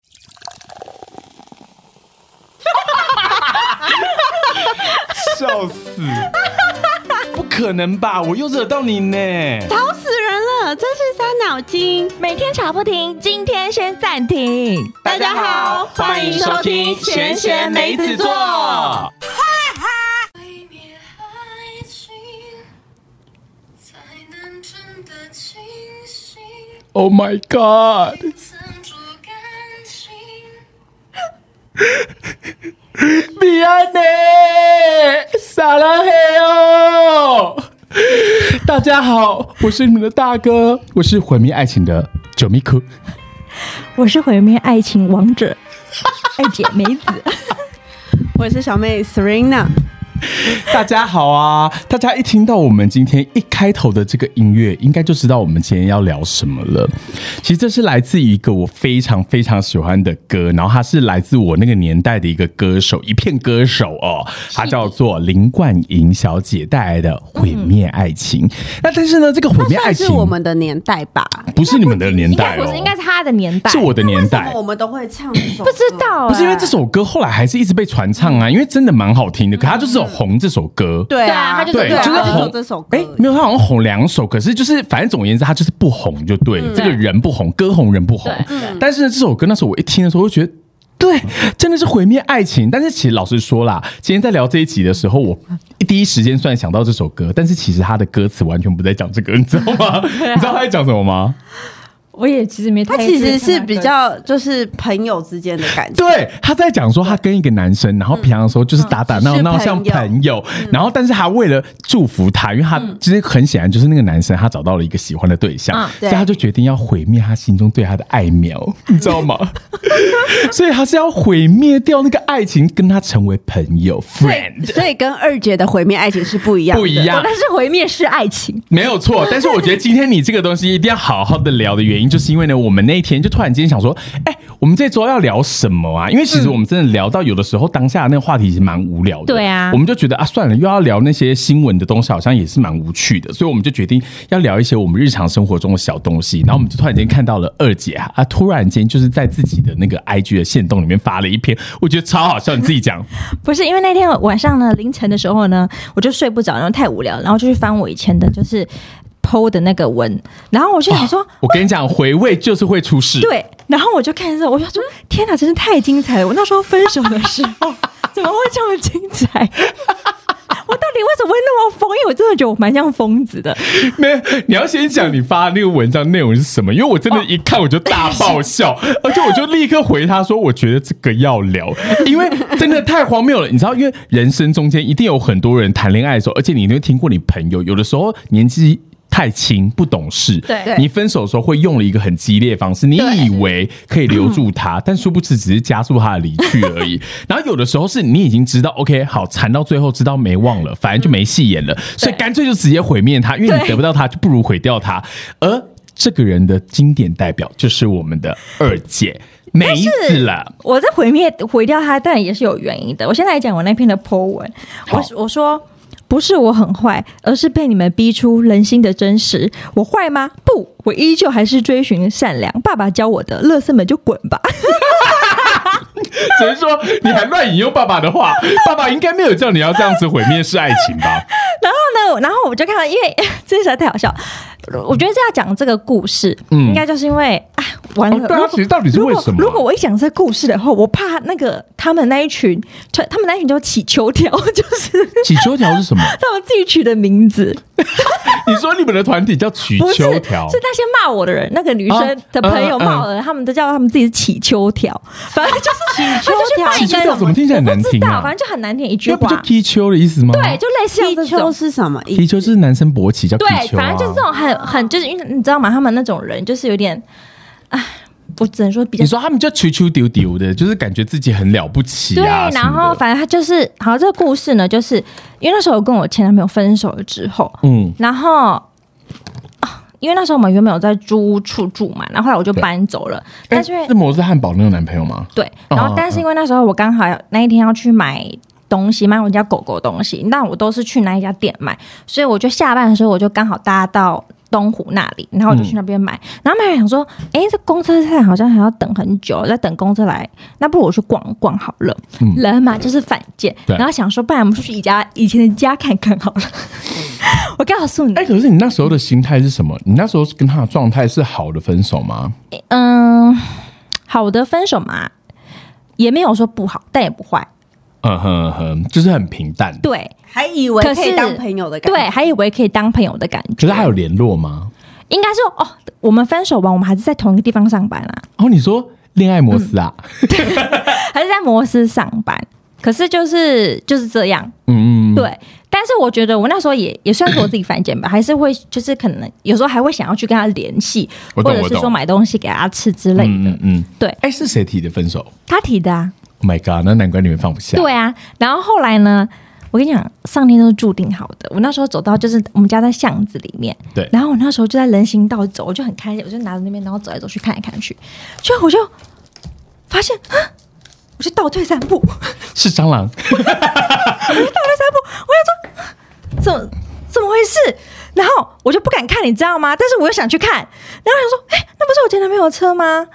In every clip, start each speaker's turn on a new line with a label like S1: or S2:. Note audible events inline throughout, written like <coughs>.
S1: <laughs> 笑死！不可能吧？我又惹到你呢！
S2: 吵死人了，真是伤脑筋。
S3: 每天吵不停，今天先暂停。
S2: 大家好欢迎收听闲闲梅子座
S4: 毁灭爱情，才能真的清醒，
S1: Oh my god！
S4: 藏住感情，
S1: 米安呢？撒拉嘿哦！大家好，我是你们的大哥，我是毁灭爱情的九米可。
S3: 我是毁灭爱情王者 <laughs> 二姐梅子，
S2: 我是小妹 Serena，
S1: 大家好啊！大家一听到我们今天一开头的这个音乐，应该就知道我们今天要聊什么了。其实这是来自于一个我非常非常喜欢的歌，然后它是来自我那个年代的一个歌手，一片歌手哦，它叫做林冠莹小姐带来的《毁灭爱情》。那但是呢，这个毁灭爱
S2: 算
S1: 情
S2: 是我们的年代吧？
S1: 不是你们的年
S3: 应该
S1: 代
S3: 不
S1: 哦
S3: 是，，应该是他的年代，
S1: 是我的年
S2: 为
S1: 代
S2: 什么。我们都会唱这首歌，
S3: 不知道、啊
S1: 不是因为这。首歌后来还是一直被传唱啊，因为真的蛮好听的，可它就是有红这首歌。
S2: 对
S3: 对啊
S2: 啊，
S3: 他就是
S1: 对，
S3: 对啊
S1: 就是
S2: 他
S1: 红
S2: 这首歌，
S1: 哎、没有，他好像红两首，可是就是反正总而言之，他就是不红就对了，这个人不红，歌红人不红
S3: 对。
S1: 但是呢，这首歌那时候我一听的时候，我就觉得。对，真的是毁灭爱情。但是其实老实说啦，今天在聊这一集的时候，我一第一时间虽然想到这首歌，但是其实他的歌词完全不在讲这个，你知道吗？你知道他在讲什么吗？
S3: 我也其实没太啊
S2: 他其实是比较就是朋友之间的感情，
S1: 对，他在讲说他跟一个男生，然后平常的时候就是打打闹闹，
S2: 嗯是
S1: 像
S2: 朋友嗯
S1: 朋友。然后，但是他为了祝福他，因为他其实很显然就是那个男生，他找到了一个喜欢的对象，
S3: 嗯
S1: 所
S2: 啊对
S1: 以他就决定要毁灭他心中对他的爱苗， <laughs> 你知道吗？所以他是要毁灭掉那个爱情，跟他成为朋
S2: <laughs>
S1: 友
S2: 所以
S1: friend。
S2: 所以跟二姐的毁灭爱情是不一样的，
S1: 不一样，
S3: 但是毁灭式爱情，
S1: 没有
S3: <laughs>
S1: 错，但是我觉得今天你这个东西一定要好好的聊的原因，就是因为呢，我们那一天就突然间想说，哎、我们这周要聊什么
S3: 嗯
S1: 啊？因为其实我们真的聊到有的时候，当下那个话题其实蛮无聊的。
S3: 对啊
S1: 我们就觉得啊，算了，又要聊那些新闻的东西，好像也是蛮无趣的，所以我们就决定要聊一些我们日常生活中的小东西。然后我们就突然间看到了二姐啊，啊突然间就是在自己的那个 IG 的线动里面发了一篇，我觉得超好笑，你自己讲。
S3: 不是因为那天晚上呢，凌晨的时候呢，我就睡不着，然后太无聊，然后就去翻我以前的，就是剖的那个文，然后我就想说，
S1: 我跟你讲，回味就是会出事。
S3: 对，然后我就看之后，我就说：“天哪，真是太精彩了！我那时候分手的时候， <laughs> 怎么会这么精彩？ <laughs> 我到底为什么会那么疯？因为我真的觉得我蛮像疯子的。
S1: 没有，你要先讲你发那个文章内容是什么，因为我真的一看我就大爆笑， <laughs> 而且我就立刻回他说，我觉得这个要聊，因为真的太荒谬了。你知道，因为人生中间一定有很多人谈恋爱的时候，而且你一定会听过你朋友，有的时候年纪。太轻不懂事，
S3: 对
S1: 你分手的时候会用了一个很激烈的方式，你以为可以留住他，
S3: <laughs>
S1: 但殊不知只是加速他的离去而已。然后有的时候是你已经知道，OK，好缠到最后知道没望了，反正就没戏演了，所以干脆就直接毁灭他，因为。因为你
S3: 嗯对
S1: 得不到他，就不如毁掉他。而这个人的经典代表就是我们的二姐梅子了。
S3: 我在毁灭毁掉它，当然也是有原因的。我先来讲我那篇的 po 文，
S1: 好
S3: 我我说。”不是我很坏，而是被你们逼出人心的真实。我坏吗？不，我依旧还是追寻善良。爸爸教我的，乐色们就滚吧。
S1: 只是说你还乱引用爸爸的
S3: <laughs>
S1: 话，爸爸应该没有叫你要这样子毁灭式爱情吧？
S3: 然后呢，然后我就看到，因为 <laughs> 这实在太好笑，我觉得这要讲这个故事，
S1: 嗯
S3: 应该就是因为啊，完
S1: 哦
S3: 了，
S1: 对啊
S3: 如果
S1: 其实到底是为什么
S3: 如果如果我一讲这个故事的话，我怕那个他们那一群，他他们那一群叫起秋条， <laughs> 就是
S1: 起秋条是什么？
S3: 他们自己取的名字，
S1: 你说你们的团体叫起
S3: 不是
S1: 秋条
S3: 是？那些骂我的人，那个女生的朋友
S1: 啊嗯嗯
S3: 骂我的人，他们都叫他们自己是起秋条，反正就是起
S2: 秋条
S1: 起秋条怎么听起来很难
S3: 知
S1: 听
S3: 道，
S1: 啊
S3: 反？正就很难听一句
S1: 那不就
S3: 话，
S1: 踢秋的意思吗？
S3: 对，就类似像这
S2: 踢
S3: 种
S2: 球。是什么意
S1: 踢
S2: 思？
S1: 秋就是男生勃起叫踢
S3: 对，
S1: 秋
S3: 反
S1: 啊
S3: 正。就是这种很很就是因为你知道吗？他们那种人就是有点，唉，我只能说比较
S1: 你。说他们叫球球丢丢的，就是感觉自己很了不起
S3: 对，
S1: 啊什么的。
S3: 然后反正他就是，好，这个故事呢，就是因为那时候我跟我前男朋友分手了之后，
S1: 嗯，
S3: 然后、啊因为那时候我们原本有在租屋处住嘛，然后后来我就搬走了，但是因为
S1: 哎是摩斯汉堡那个男朋友吗？
S3: 对，然
S1: 哦
S3: 后但是因为那时候我刚好那一天要去买东西，买我家狗狗的东西，那我都是去那一家店买，所以我就下班的时候我就刚好搭到东湖那里，然后我就去那边买，然后买完想说，哎、这公车站好像还要等很久，在等公车来，那不如我去逛逛好了。
S1: 嗯
S3: 人嘛就是犯贱，
S1: 对
S3: 然后想说，不然我们出去以家以前的家看看好
S1: <laughs>
S3: 了。我告诉你
S1: 哎、，可是你那时候的心态是什么？你那时候跟他的状态是好的分手吗？
S3: 嗯，好的分手嘛，也没有说不好，但也不坏，
S1: 嗯哼嗯哼，就是很平淡。
S3: 对
S5: 还以为可以当朋友的感觉，
S3: 对，还以为可以当朋友的感
S1: 可
S3: 觉。
S1: 是还有联络吗？
S3: 应该是哦，我们分手完，我们还是在同一个地方上班啊，
S1: 哦，你说恋爱摩斯啊？
S3: 还是在摩斯上班。可是就是就是这样，
S1: 嗯嗯，嗯，
S3: 对。但是我觉得我那时候也也算是我自己犯贱吧，还是会就是可能有时候还会想要去跟他联系，
S1: 我
S3: 或
S1: 懂
S3: 者是
S1: 我
S3: 说
S1: 懂
S3: 买东西给他吃之类
S1: 嗯
S3: 的。
S1: 嗯嗯，
S3: 对
S1: 哎、是谁提的分手
S3: 他提的啊，
S1: ？Oh my god，那难怪你们放不下。
S3: 对啊。然后后来呢，我跟你讲，上天都是注定好的。我那时候走到就是我们家在巷子里面，
S1: 对
S3: 然后我那时候就在人行道走，我就很开心，我就拿着那边，然后走来走去，看来看去，就我就发现，啊，我就倒退三步， <laughs>
S1: 是蟑螂。
S3: 倒退三步，我想说 <gasps> 怎么怎么回事？然后我就不敢看，你知道吗？但是我又想去看，然后想说，哎、那不是我前男朋友的车吗？然后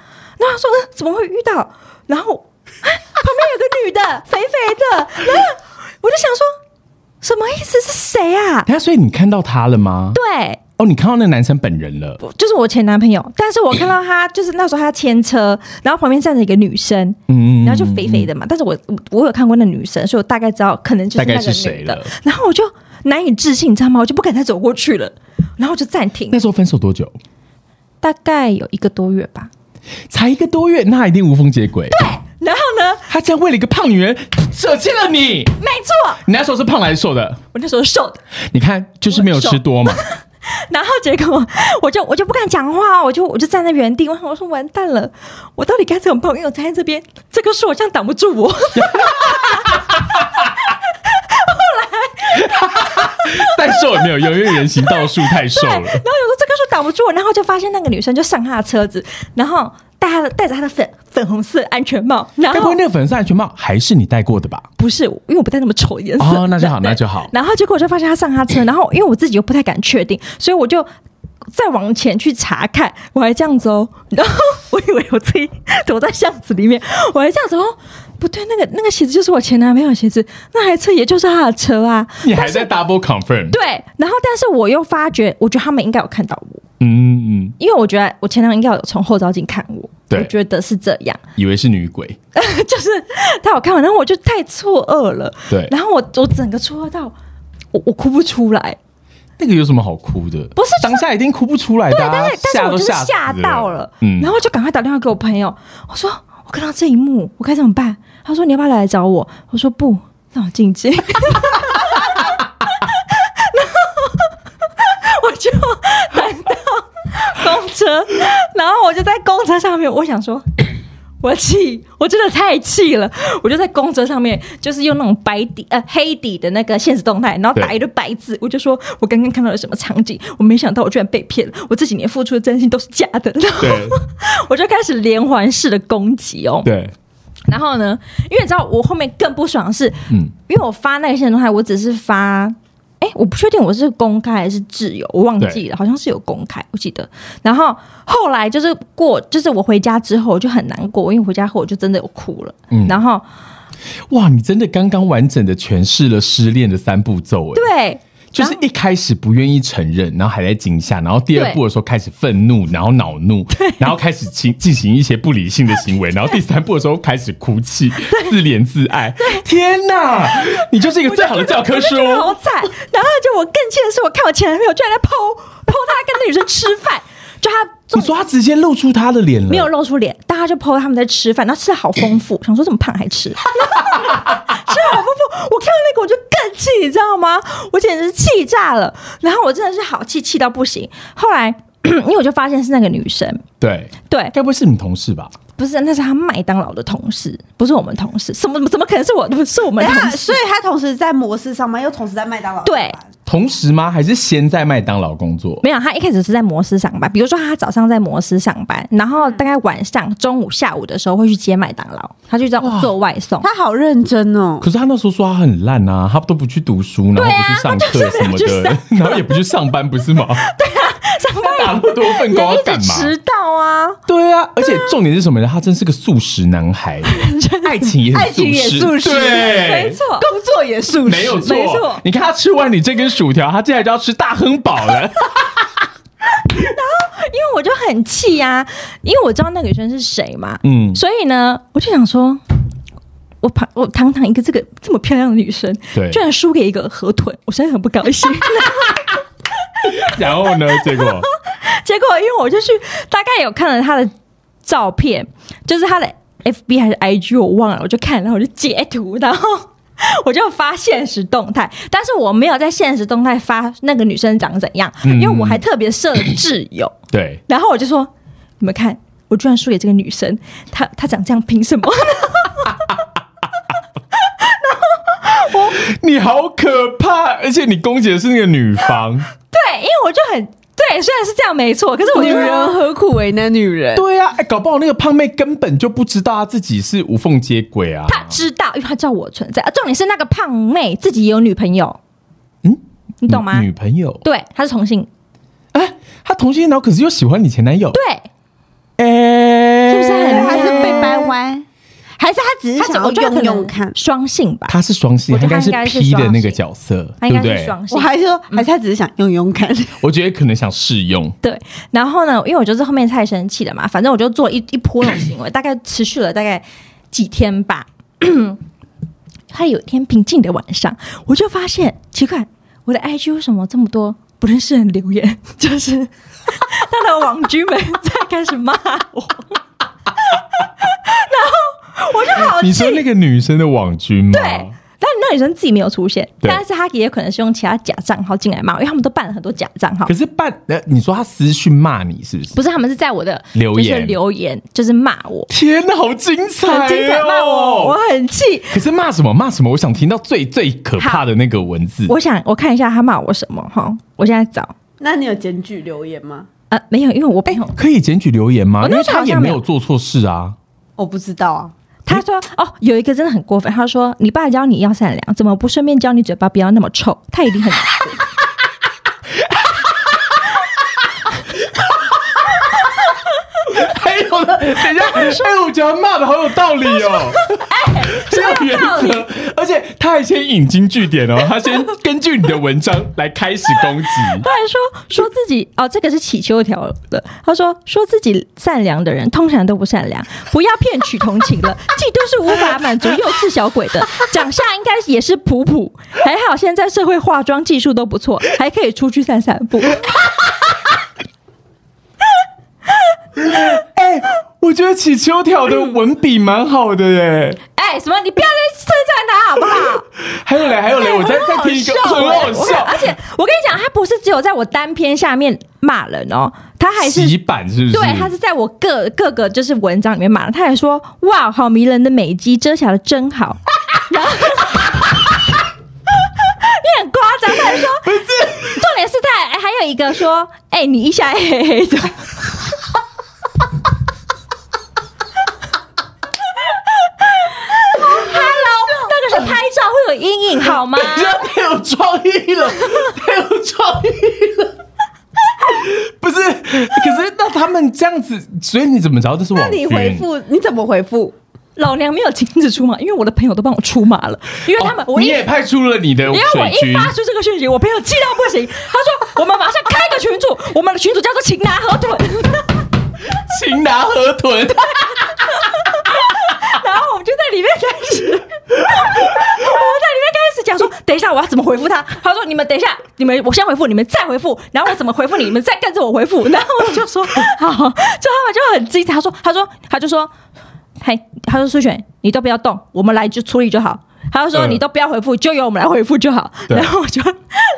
S3: 他说、嗯怎么会遇到？然后、啊旁边有个女的， <laughs> 肥肥的，然后我就想说，什么意思？是谁啊？
S1: 等一下，所以你看到他了吗？
S3: 对，
S1: 哦，你看到那男生本人了。
S3: 就是我前男朋友，但是我看到他就是那时候他
S1: <coughs>
S3: 牵车，然后旁边站着一个女生，
S1: 嗯
S3: 然后就肥肥的嘛。但是我我我有看过那女生，所以我大概知道可能就是
S1: 大概
S3: 那个
S1: 是谁
S3: 女的
S1: 了。
S3: 然后我就难以置信，你知道吗？我就不敢再走过去了，然后我就暂停
S1: 那，时候分手多久？
S3: 大概有一个多月吧。
S1: 才一个多月，那一定无缝接轨。
S3: 然后呢，
S1: 他竟然为了一个胖女人舍弃了你。
S3: 没错，
S1: 你那时候是胖来瘦的，
S3: 我那时候瘦的，
S1: 你看就是没有吃多嘛。
S3: 然后结果我就我就不敢讲话，我就我就站在原地，我想我说完蛋了，我到底该怎么办？因为我站在这边，这棵树好像挡不住我。
S1: <laughs> 再瘦也没有用，因为人行道树太瘦
S3: 对，然后有
S1: 了。
S3: 时候这棵树挡不住，然后就发现那个女生就上她的车子，然后戴她的戴着她的粉粉红色安全帽，然
S1: 该不
S3: 后
S1: 会那个粉色安全帽还是你戴过的吧？
S3: 不是因为我不戴那么丑的颜色，
S1: 哦，那就好，
S3: 对
S1: 那就好。
S3: 然后结果我就发现她上她车，然后因为我自己又不太敢确定，所以我就。再往前去查看，我还这样子哦，然后我以为我自己躲在巷子里面，我还这样子哦，不对，那个那个鞋子就是我前男朋友的鞋子，那台车也就是他的车啊，
S1: 你还在 double confirm？
S3: 对，然后但是我又发觉，我觉得他们应该有看到我，
S1: 嗯嗯嗯，
S3: 因为我觉得我前男友应该有从后照镜看我，
S1: 对
S3: 我觉得是这样， <laughs>
S1: 以为是女鬼。
S3: 就是他有看我，然后我就太错愕了，
S1: 对
S3: 然后我我整个错愕到我我哭不出来，
S1: 那个有什么好哭的？
S3: 不是就是
S1: 当下一定哭不出来的
S3: 对，
S1: 啊、
S3: 但是但
S1: 吓
S3: 是
S1: 都
S3: 我就是
S1: 吓死
S3: 吓到了，
S1: 嗯，
S3: 然后就赶快打电话给我朋友，我说我看到这一幕，我该怎么办？他说你要不要来找我？我说不，让我静 <laughs> 静。然后我就等到公车，然后我就在公车上面，我想说。 <coughs> 我气，我真的太气了！我就在公车上面，就是用那种白底呃黑底的那个现实动态，然后打
S1: 对
S3: 一堆白字，我就说我刚刚看到了什么场景，我没想到我居然被骗了，我这几年付出的真心都是假的。然后
S1: 对
S3: 我就开始连环式的攻击哦。
S1: 对，
S3: 然后呢，因为你知道我后面更不爽的是，
S1: 嗯，
S3: 因为我发那个现实动态，我只是发，哎，我不确定我是公开还是自由，我忘记了，好像是有公开，我记得。然后后来就是过，就是我回家之后我就很难过，因为回家后我就真的有哭了。
S1: 嗯
S3: 然后
S1: 哇，你真的刚刚完整的诠释了失恋的三步骤，哎，
S3: 对，
S1: 就是一开始不愿意承认，然后还在惊吓，然后第二
S3: 对
S1: 步的时候开始愤怒，然后恼怒，然后开始进进行一些不理性的行为，然后第三步的时候开始哭泣，自怜自爱。天哪，你就是一个最好的教科
S3: <laughs>
S1: 书。哦
S3: 真的好惨。然后就我更气的是，我看我前男朋友居然在剖剖他跟那女生吃饭，就他
S1: 你
S3: 重
S1: 说他直接露出他的脸了，
S3: 没有露出脸，大家就 PO 他们在吃饭，然后吃的好丰富，想说这么胖
S1: <laughs>
S3: 还吃，吃得好丰富。我看到那个我就更气，你知道吗？我简直是气炸了。然后我真的是好气，气到不行。后来 <clears throat> 因为我就发现是那个女生，
S1: 对，
S3: 对，
S1: 该不会是你同事吧？
S3: 不是，那是她麦当劳的同事，不是我们同事。什么怎么可能是我？不是我们
S5: 等一
S3: 同
S5: 下，
S3: 事
S5: 所以。他同时在摩斯上班，又同时在麦当劳上班
S3: 对
S1: 同时吗？还是先在麦当劳工作？
S3: 没有，他一开始是在摩斯上班，比如说他早上在摩斯上班，然后大概晚上、中午、下午的时候会去接麦当劳，他就这样做外送。
S5: 他好认真哦。
S1: 可是他那时候说他很烂啊，他都不去读书，然后
S3: 对啊
S1: 不去上课什么
S3: 他就是没有去
S1: 的，
S3: 上
S1: <laughs> 然后也不去上班，不是吗？
S3: <laughs> 上班
S1: 打那么多份工
S3: 也
S1: 要
S3: 一
S1: 干
S3: 直
S1: 嘛？
S3: 迟到啊，
S1: 对啊，而且重点是什么呢？他真是个素食男
S3: <laughs>
S1: 孩，爱情也很
S5: 爱情也素食
S3: 没
S1: 对，
S3: 错，
S5: 工作也素食，
S1: 没有错，
S3: 没错
S1: 你看他吃完你这根薯条，他竟然就要吃大亨堡
S3: <laughs>
S1: 了。
S3: 因为我就很气呀、因为我知道那个女生是谁嘛，
S1: 嗯
S3: 所以呢，我就想说，我堂我堂堂一个这个这么漂亮的女生，
S1: 对
S3: 居然输给一个河豚，我实在很不高兴。
S1: 然后呢？结果
S3: <laughs> 结果因为我就去大概有看了她的照片，就是她的 FB 还是 IG 我忘了，我就看，然后我就截图，然后。 <laughs> 我就发现实动态，但是我没有在现实动态发那个女生长怎样，
S1: 嗯
S3: 因为我还特别设了
S1: <coughs>
S3: 挚友，
S1: 对，
S3: 然后我就说：“你们看，我居然输给这个女生，她她长这样，
S1: <laughs>
S3: 凭什么？”
S1: 你好可怕，而且你攻击的是那个女方。
S3: 对，因为我就很对，虽然是这样没错，可是我
S5: 女
S3: 觉
S1: 啊
S5: 人
S3: 得
S5: 何苦为难女人？
S1: 对啊，哎、搞不好那个胖妹根本就不知道她自己是无缝接轨啊。
S3: 她知道，因为她知道我存在。啊重点是那个胖妹自己也有女朋友，
S1: 嗯，
S3: 你懂吗
S1: 女？女朋友，
S3: 对，她是同性，
S1: 哎、她同性恋，然后可是又喜欢你前男友，
S3: 对，
S1: 哎、
S3: 是不是很
S5: 还是被掰弯，还是他只是
S3: 她
S5: 想要
S3: 我觉得她
S5: 用
S3: 可能
S5: 用看？
S3: 双性吧，
S1: 她是双性，
S3: 我
S1: 她
S3: 觉
S1: 应
S3: 得
S1: 该是
S3: 她应该是
S1: P 的那
S3: 双
S1: 个
S3: 性
S1: 角色，
S3: 她
S1: 对
S3: 应
S1: 不
S3: 该是
S1: 对？
S3: 双性。
S5: 我还是说，还是他只是想用用看？ <laughs>
S1: 我觉得可能想试用，
S3: 对，然后呢，因为我就是后面太生气了嘛，反正我就做一一波那种行为，大概持续了大概几天吧。 <clears throat> 他有一天平静的晚上，我就发现奇怪，我的 IG 为什么这么多不认识人留言？ <laughs> 就是他的网军们在开始骂我， <laughs> 然后我就好
S1: 你
S3: 气。
S1: 说那个女生的网军吗？
S3: 哦对，但那女生自己没有出现，
S1: 对
S3: 但是她也可能是用其他假账号进来骂我，因为他们都办了很多假账号
S1: 可。是办呃，你说她私讯骂你是不是？
S3: 不是，他们是在我的
S1: 留
S3: 就是
S1: 言
S3: 留言，就是骂我，
S1: 天哪，好精彩、哦！
S3: 很精彩骂我，我很气。
S1: 可是骂什么骂什么？我想听到最最可怕的那个文字。
S3: 我想我看一下他骂我什么哈，我现在找
S5: 那你有检举留言吗？
S3: 呃没有，因为我朋友、
S1: 可以检举留言吗？
S3: 我
S1: 因
S3: 那
S1: 为
S3: 时候
S1: 他
S3: 好像
S1: 也没
S3: 没有
S1: 有做错事啊。
S5: 我不知道啊，
S3: 他说哦有一个真的很过分，他说你爸教你要善良，怎么不顺便教你嘴巴不要那么臭？他一定很。
S1: 还有呢，等一下，哎，我觉得他骂的好有道理哦。
S3: 哎
S1: <laughs> 这个原则，而且他还先引经据典哦，他先根据你的文章来开始攻击。
S3: 他还说说自己哦，这个是起秋条的。他说说自己善良的人通常都不善良，不要骗取同情了，嫉妒是无法满足幼稚小鬼的。长相应该也是普普，还好现在社会化妆技术都不错，还可以出去散散步。
S1: 哎，我觉得起秋条的文笔蛮好的
S3: <laughs>
S1: 耶。
S3: <laughs> 哎、什么？你不要再称赞他好不好？
S1: 还有嘞，还有嘞，我再
S3: 哎很
S1: 再
S3: 好
S1: 听一个，
S3: 笑哎
S1: 很好
S3: 我
S1: 笑
S3: 而。且我跟你讲，他不是只有在我单篇下面骂人哦，他还是
S1: 洗版是不是？
S3: 对，他是在我各各个就是文章里面骂，他还说哇，好迷人的美肌遮瑕的真好， <laughs> 然后你很夸张，他
S1: <laughs>
S3: 还说不是，重点是他还还有一个说，哎、你一下黑黑的，Hello，那个是拍照会有阴影
S1: <laughs>
S3: 好吗？
S1: 人家太有创意
S3: <laughs>
S1: 了，太有创意了。不是，可是那他们这样子，所以你怎么知道这是
S5: 那
S1: 网军？
S5: 你
S1: 哦
S5: 回复你怎么回复？
S3: 老娘没有亲自出马，因为我的朋友都帮我出马了，因为他们、
S1: 哦
S3: 我
S1: 你
S3: 一
S1: 也派出了你的
S3: 因为我
S1: 水
S3: 一
S1: 军，
S3: <laughs> 发出这个讯息，我朋友气到不行，他说：“我们马上开个群组， <laughs> 我们的群组叫做‘擒拿河豚 <laughs>
S1: 擒拿河豚，’，
S3: 然后我们就在里面开始， <laughs> 我们在里面开始讲说，等一下我要怎么回复他？他说：‘你们等一下，你们我先回复，你们再回复，然后我怎么回复你，你们再跟着我回复。’ <laughs> 然后我就说：‘好。’就他们就很精彩，他说：‘他说他就说，嘿，他说苏璇，你都不要动，我们来就处理就好。’他就说：‘
S1: 嗯
S3: 你都不要回复，就由我们来回复就好。’
S1: 对
S3: 然后我就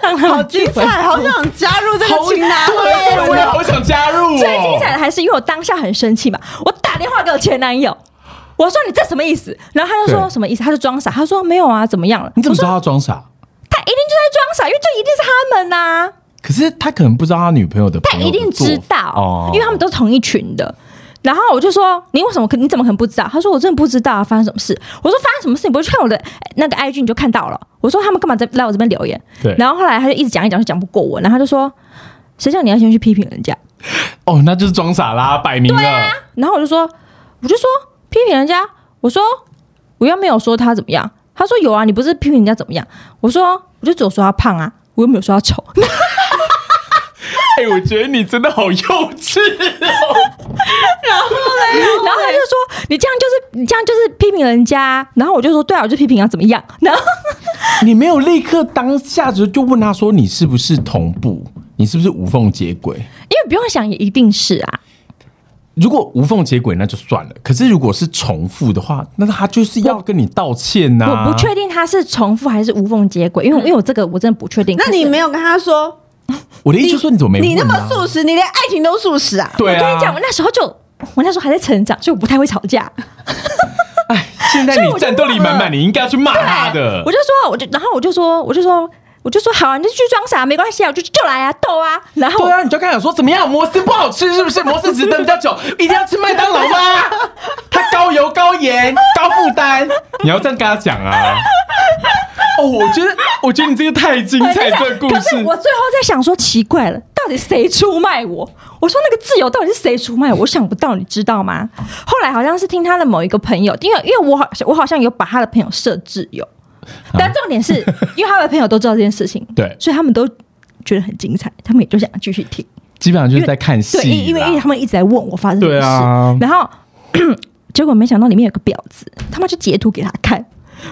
S3: 让他们自己回复
S5: 好想加入这啊
S1: 好
S5: 擒拿
S1: 对 <laughs> 我也好想加入哦。
S3: 最精彩的还是因为我当下很生气嘛，我打电话给我前男友，我说你这什么意思？然后他就说
S1: 对
S3: 什么意思？他就装傻，他说没有啊，怎么样了？
S1: 你怎么知
S3: 我
S1: 道
S3: 说
S1: 他装傻？
S3: 他一定就在装傻，因为这一定是他们呐、
S1: 可是他可能不知道他女朋友的
S3: 他
S1: 朋友
S3: 一定
S1: 的做法，哦
S3: 知道，因为他们都是同一群的。然后我就说你为什么可你怎么可能不知道？他说我真的不知道啊，发生什么事？我说发生什么事？你不会去看我的哎那个 IG 你就看到了。我说他们干嘛在来我这边留言？
S1: 对
S3: 然后后来他就一直讲一讲，就讲不过我，然后他就说谁叫你要先去批评人家？
S1: 哦，那就是装傻啦，摆明了。
S3: 啊
S5: 啊
S3: 然后我就说，我就说批评人家，我说我又没有说他怎么样。他说有啊，你不是批评人家怎么样？我说我就只有说他胖啊，我又没有说他丑。
S1: 哎、我觉得你真的好幼稚。
S3: <laughs>
S5: 啊
S3: 然后他就说你这样就是你这样就是批评人家啊。然后我就说对啊，我就批评啊，怎么样？ <laughs> 然后
S1: <laughs> 你没有立刻当下就就问他说你是不是同步，你是不是无缝接轨？
S3: 因为不用想也一定是啊，
S1: 如果无缝接轨那就算了，可是如果是重复的话，那他就是要跟你道歉
S5: 啊
S1: 呐、
S3: 我不确定他是重复还是无缝接轨，因为因为我这个我真的不确定。
S5: 那你没有跟他说，
S1: 我的意思就是说你怎么没、啊、
S5: 你那么素食，你连爱情都素食啊？
S1: 对
S3: 我跟你讲，
S1: 啊
S3: 我，那时候就我那时候还在成长，所以我不太会吵架。
S1: 哎，现在你战斗力满满，你应该要去骂他的
S3: 哎我。就说，我就然后我就说，我就说，我就说好啊，你就去装傻，没关系啊，我就就来啊，逗啊。然后
S1: 对啊，你就刚讲说怎么样，摩斯不好吃是不是？摩斯只等比较久， <laughs> 一定要吃麦当劳吗？它高油、高盐、高负担，你要这样跟他讲啊。哦，我觉得，我觉得你这个太精
S3: <laughs>
S1: 彩，这个故
S3: 可
S1: 事
S3: 是我最后在想说，奇怪了，到底谁出卖我？我说那个自由到底是谁出卖我？我想不到，你知道吗？后来好像是听他的某一个朋友，因为因为我好我好像有把他的朋友设置有，但重点是因为他的朋友都知道这件事情，
S1: 啊 <laughs> 对
S3: 所以他们都觉得很精彩，他们也就想继续听，
S1: 基本上就是在看戏啦，
S3: 对，因因为因为他们一直在问我发生什么
S1: 对
S3: 事，
S1: 啊
S3: 然后 <clears throat> 结果没想到里面有个婊子，他妈就截图给他看。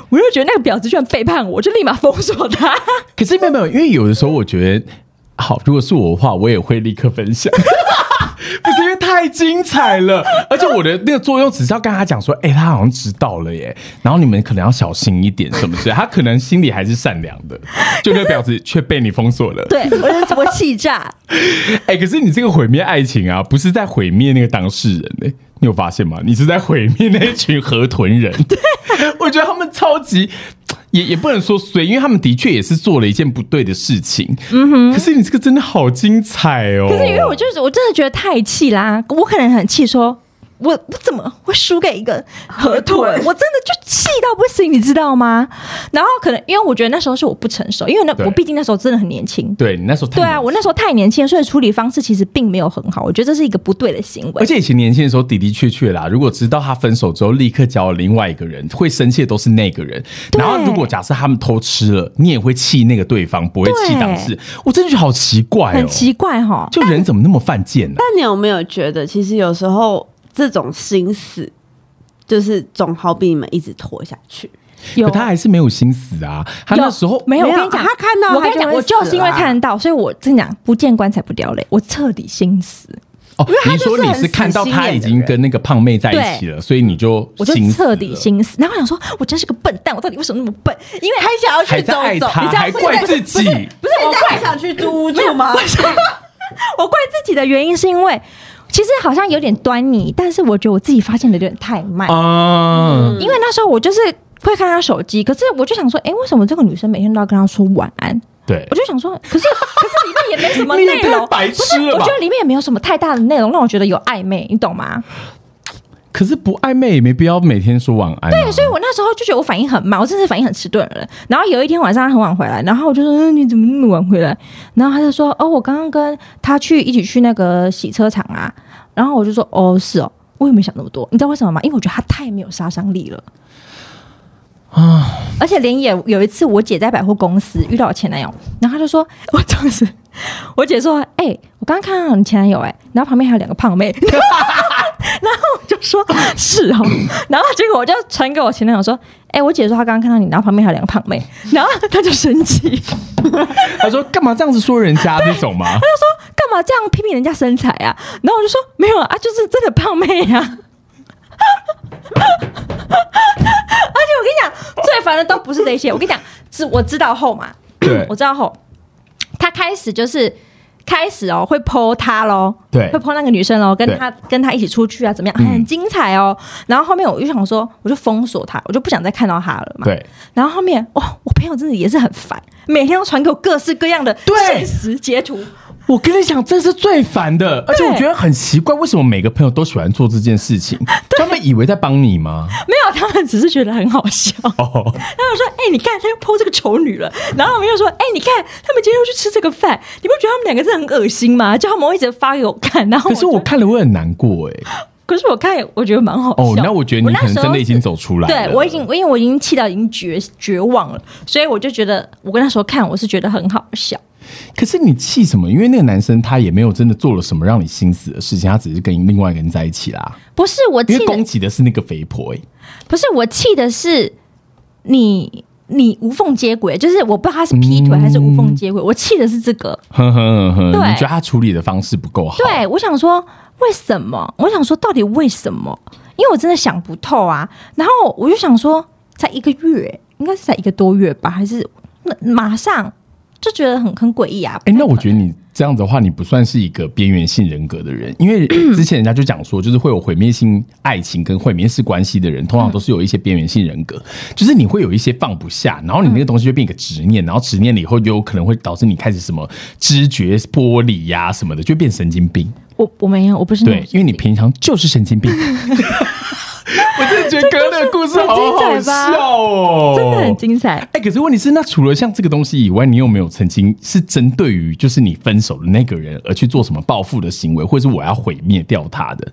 S3: 我就觉得那个婊子居然背叛我，我就立马封锁
S1: <laughs>
S3: 他。
S1: 可是没有没有，因为有的时候我觉得，好，如果是我的话，我也会立刻分享。 <laughs> 不是因为太精彩了，而且我的那个作用只是要跟他讲说，哎、他好像知道了耶，然后你们可能要小心一点什么之类的，他可能心里还是善良的，就那个婊子却被你封锁了。
S3: 对我就我气
S1: <laughs>
S3: 炸，
S1: 哎、可是你这个毁灭爱情啊，不是在毁灭那个当事人呢、你有发现吗？你是在毁灭那群河豚人。 <laughs> 对，我觉得他们超级。也也不能说衰，因为他们的确也是做了一件不对的事情。嗯哼，可是你这个真的好精彩哦！
S3: 可是因为我就是我真的觉得太气啦，我可能很气说。我我怎么会输给一个河豚？我真的就气到不行，你知道吗？然后可能因为我觉得那时候是我不成熟，因为那
S1: 对
S3: 我毕竟那时候真的很年轻，
S1: 对你那时候太
S3: 对啊，
S1: 年
S3: 我那时候太年轻，所以处理方式其实并没有很好。我觉得这是一个不对的行
S1: 而
S3: 为。
S1: 且以前年轻的时候的的确确啦，如果知道他分手之后立刻交了另外一个人，会生气的都是那个人。
S3: 对
S1: 然后如果假设他们偷吃了，你也会气那个对方，不会气当事。我真的觉得好奇怪哦，
S3: 很奇怪哈，
S1: 就人怎么那么犯贱呢、
S5: 但你有没有觉得，其实有时候这种心思，就是总好比你们一直拖下去。
S3: 有
S1: 可他还是没有心死啊！他那
S3: 有
S1: 时候
S3: 没有，我
S5: 没有
S3: 跟你讲，
S5: 他看到
S3: 我跟你讲，
S5: 他就会
S3: 我就是因为
S5: 死啦
S3: 看到，所以我真的讲不见棺材不掉泪，我彻底心死，
S1: 哦
S5: 因为，他
S1: 你说
S5: 就是
S1: 你
S5: 很
S1: 是看到
S5: 死心
S1: 他
S5: 眼
S1: 已
S5: 的
S1: 经
S5: 人
S1: 跟那个胖妹在一起了，所以你就
S3: 我就
S1: 心死
S3: 彻底
S1: 了
S3: 心死。然后我想说，我真是个笨蛋，我到底为什么那么笨？因为
S5: 还想要
S1: 还
S5: 去走
S1: 在爱
S5: 走，
S1: 他，
S5: 你知道
S1: 还怪自己。
S5: 不是我怪想去租屋住吗？
S3: 我怪自己的原因是因为，其实好像有点端倪，但是我觉得我自己发现的有点太慢，
S1: 啊，
S3: 因为那时候我就是会看她手机，可是我就想说，哎、为什么这个女生每天都要跟她说晚安？
S1: 对
S3: 我，就想说，可是 <laughs> 可是里面也没什
S1: <laughs>
S3: 么
S1: 你也
S3: 内容，
S1: 太白
S3: 不
S1: 痴
S3: 是？
S1: 了
S3: 我
S1: 吧
S3: 觉得里面也没有什么太大的内容让我觉得有暧昧，你懂吗？
S1: 可是不暧昧也没必要每天说晚安啊、
S3: 对，所以我那时候就觉得我反应很慢，我真的是反应很迟钝的人。然后有一天晚上他很晚回来，然后我就说：“嗯，你怎么那么晚回来？”然后他就说：“哦，我刚刚跟他去一起去那个洗车场啊。”然后我就说：“哦，是哦。”我也没想那么多，你知道为什么吗？因为我觉得他太没有杀伤力了而且连也有一次，我姐在百货公司遇到我前男友，然后她就说：“ <laughs> 我当时，我姐说，哎、我刚刚看到你前男友、哎，然后旁边还有两个胖妹。” <laughs> 然后我就说是哦，然后结果我就传给我前男友说，哎、我姐说她刚刚看到你，然后旁边还有两个胖妹，然后他就生气，
S1: 他说干嘛这样子说人家那种
S3: <laughs>
S1: 吗？
S3: 干嘛这样批评人家身材啊？然后我就说没有啊，就是真的胖妹啊。 <laughs> 而且我跟你讲，最烦的都不是这些，我跟你讲，知我知道后嘛，
S1: 对
S3: 嗯我知道后，他开始就是开始哦，会 PO 他喽，
S1: 对
S3: 会 PO 那个女生喽，跟
S1: 对嗯
S3: 他跟他一起出去啊，怎么样，很精彩哦。然后后面我就想说，我就封锁他，我就不想再看到他了嘛。
S1: 对。
S3: 然后后哦面，哇，我朋友真的也是很烦，每天都传给我各式各样的
S1: 对
S3: 现实截图，
S1: 我跟你讲，这是最烦的，而且我觉得很奇怪，为什么每个朋友都喜欢做这件事
S3: <laughs>
S1: 情？他们以为在帮你吗？
S3: 没有，他们只是觉得很好笑。
S1: 哦，
S3: 然后我说：“哎、你看，他又剖这个丑女了。”然后我们又说：“哎、你看，他们今天又去吃这个饭，你不觉得他们两个真的很恶心吗？”叫他们一直发给我看，然后
S1: 可是
S3: 觉得
S1: 我，看了会很难过哎、
S3: 可是我看，我觉得蛮好笑。
S1: 哦，那我觉得
S3: 我
S1: 你
S3: 那
S1: 可能
S3: 时候
S1: 真的已经走出来了。
S3: 对我已经，因为我已经气到已经绝绝望了，所以我就觉得，我跟他说看，我是觉得很好笑。
S1: 可是你气什么？因为那个男生他也没有真的做了什么让你心死的事情，他只是跟另外一个人在一起啦。
S3: 不是我
S1: 因
S3: 气
S1: 为攻
S3: 的，
S1: 击的是那个肥婆哎、
S3: 不是我气的是你，你无缝接轨，就是我不知道他是劈腿还是无
S1: 嗯
S3: 缝接轨，我气的是这个。
S1: 哼哼哼哼，
S3: 对
S1: 你觉得他处理的方式不够好？
S3: 对，我想说为什么？我想说到底为什么？因为我真的想不透啊。然后我就想说，才一个月，应该是才一个多月吧，还是那马上就觉得很很诡异啊。
S1: 哎、那我觉得你这样子的话，你不算是一个边缘性人格的人，因为之前人家就讲说，就是会有毁灭性爱情跟毁灭式关系的人，通常都是有一些边缘性人格，就是你会有一些放不下，然后你那个东西就变一个执念，然后执念了以后，有可能会导致你开始什么知觉剥离呀、什么的，就变神经病。
S3: 我我没有，我不是那
S1: 对
S3: 种，
S1: 因为你平常就是神 <laughs> 经病。我真的觉得哥的故事好好笑哦，
S3: 真的很精彩。
S1: 哎、可是问题是，那除了像这个东西以外，你有没有曾经是针对于就是你分手的那个人而去做什么报复的行为，或者是我要毁灭掉他的？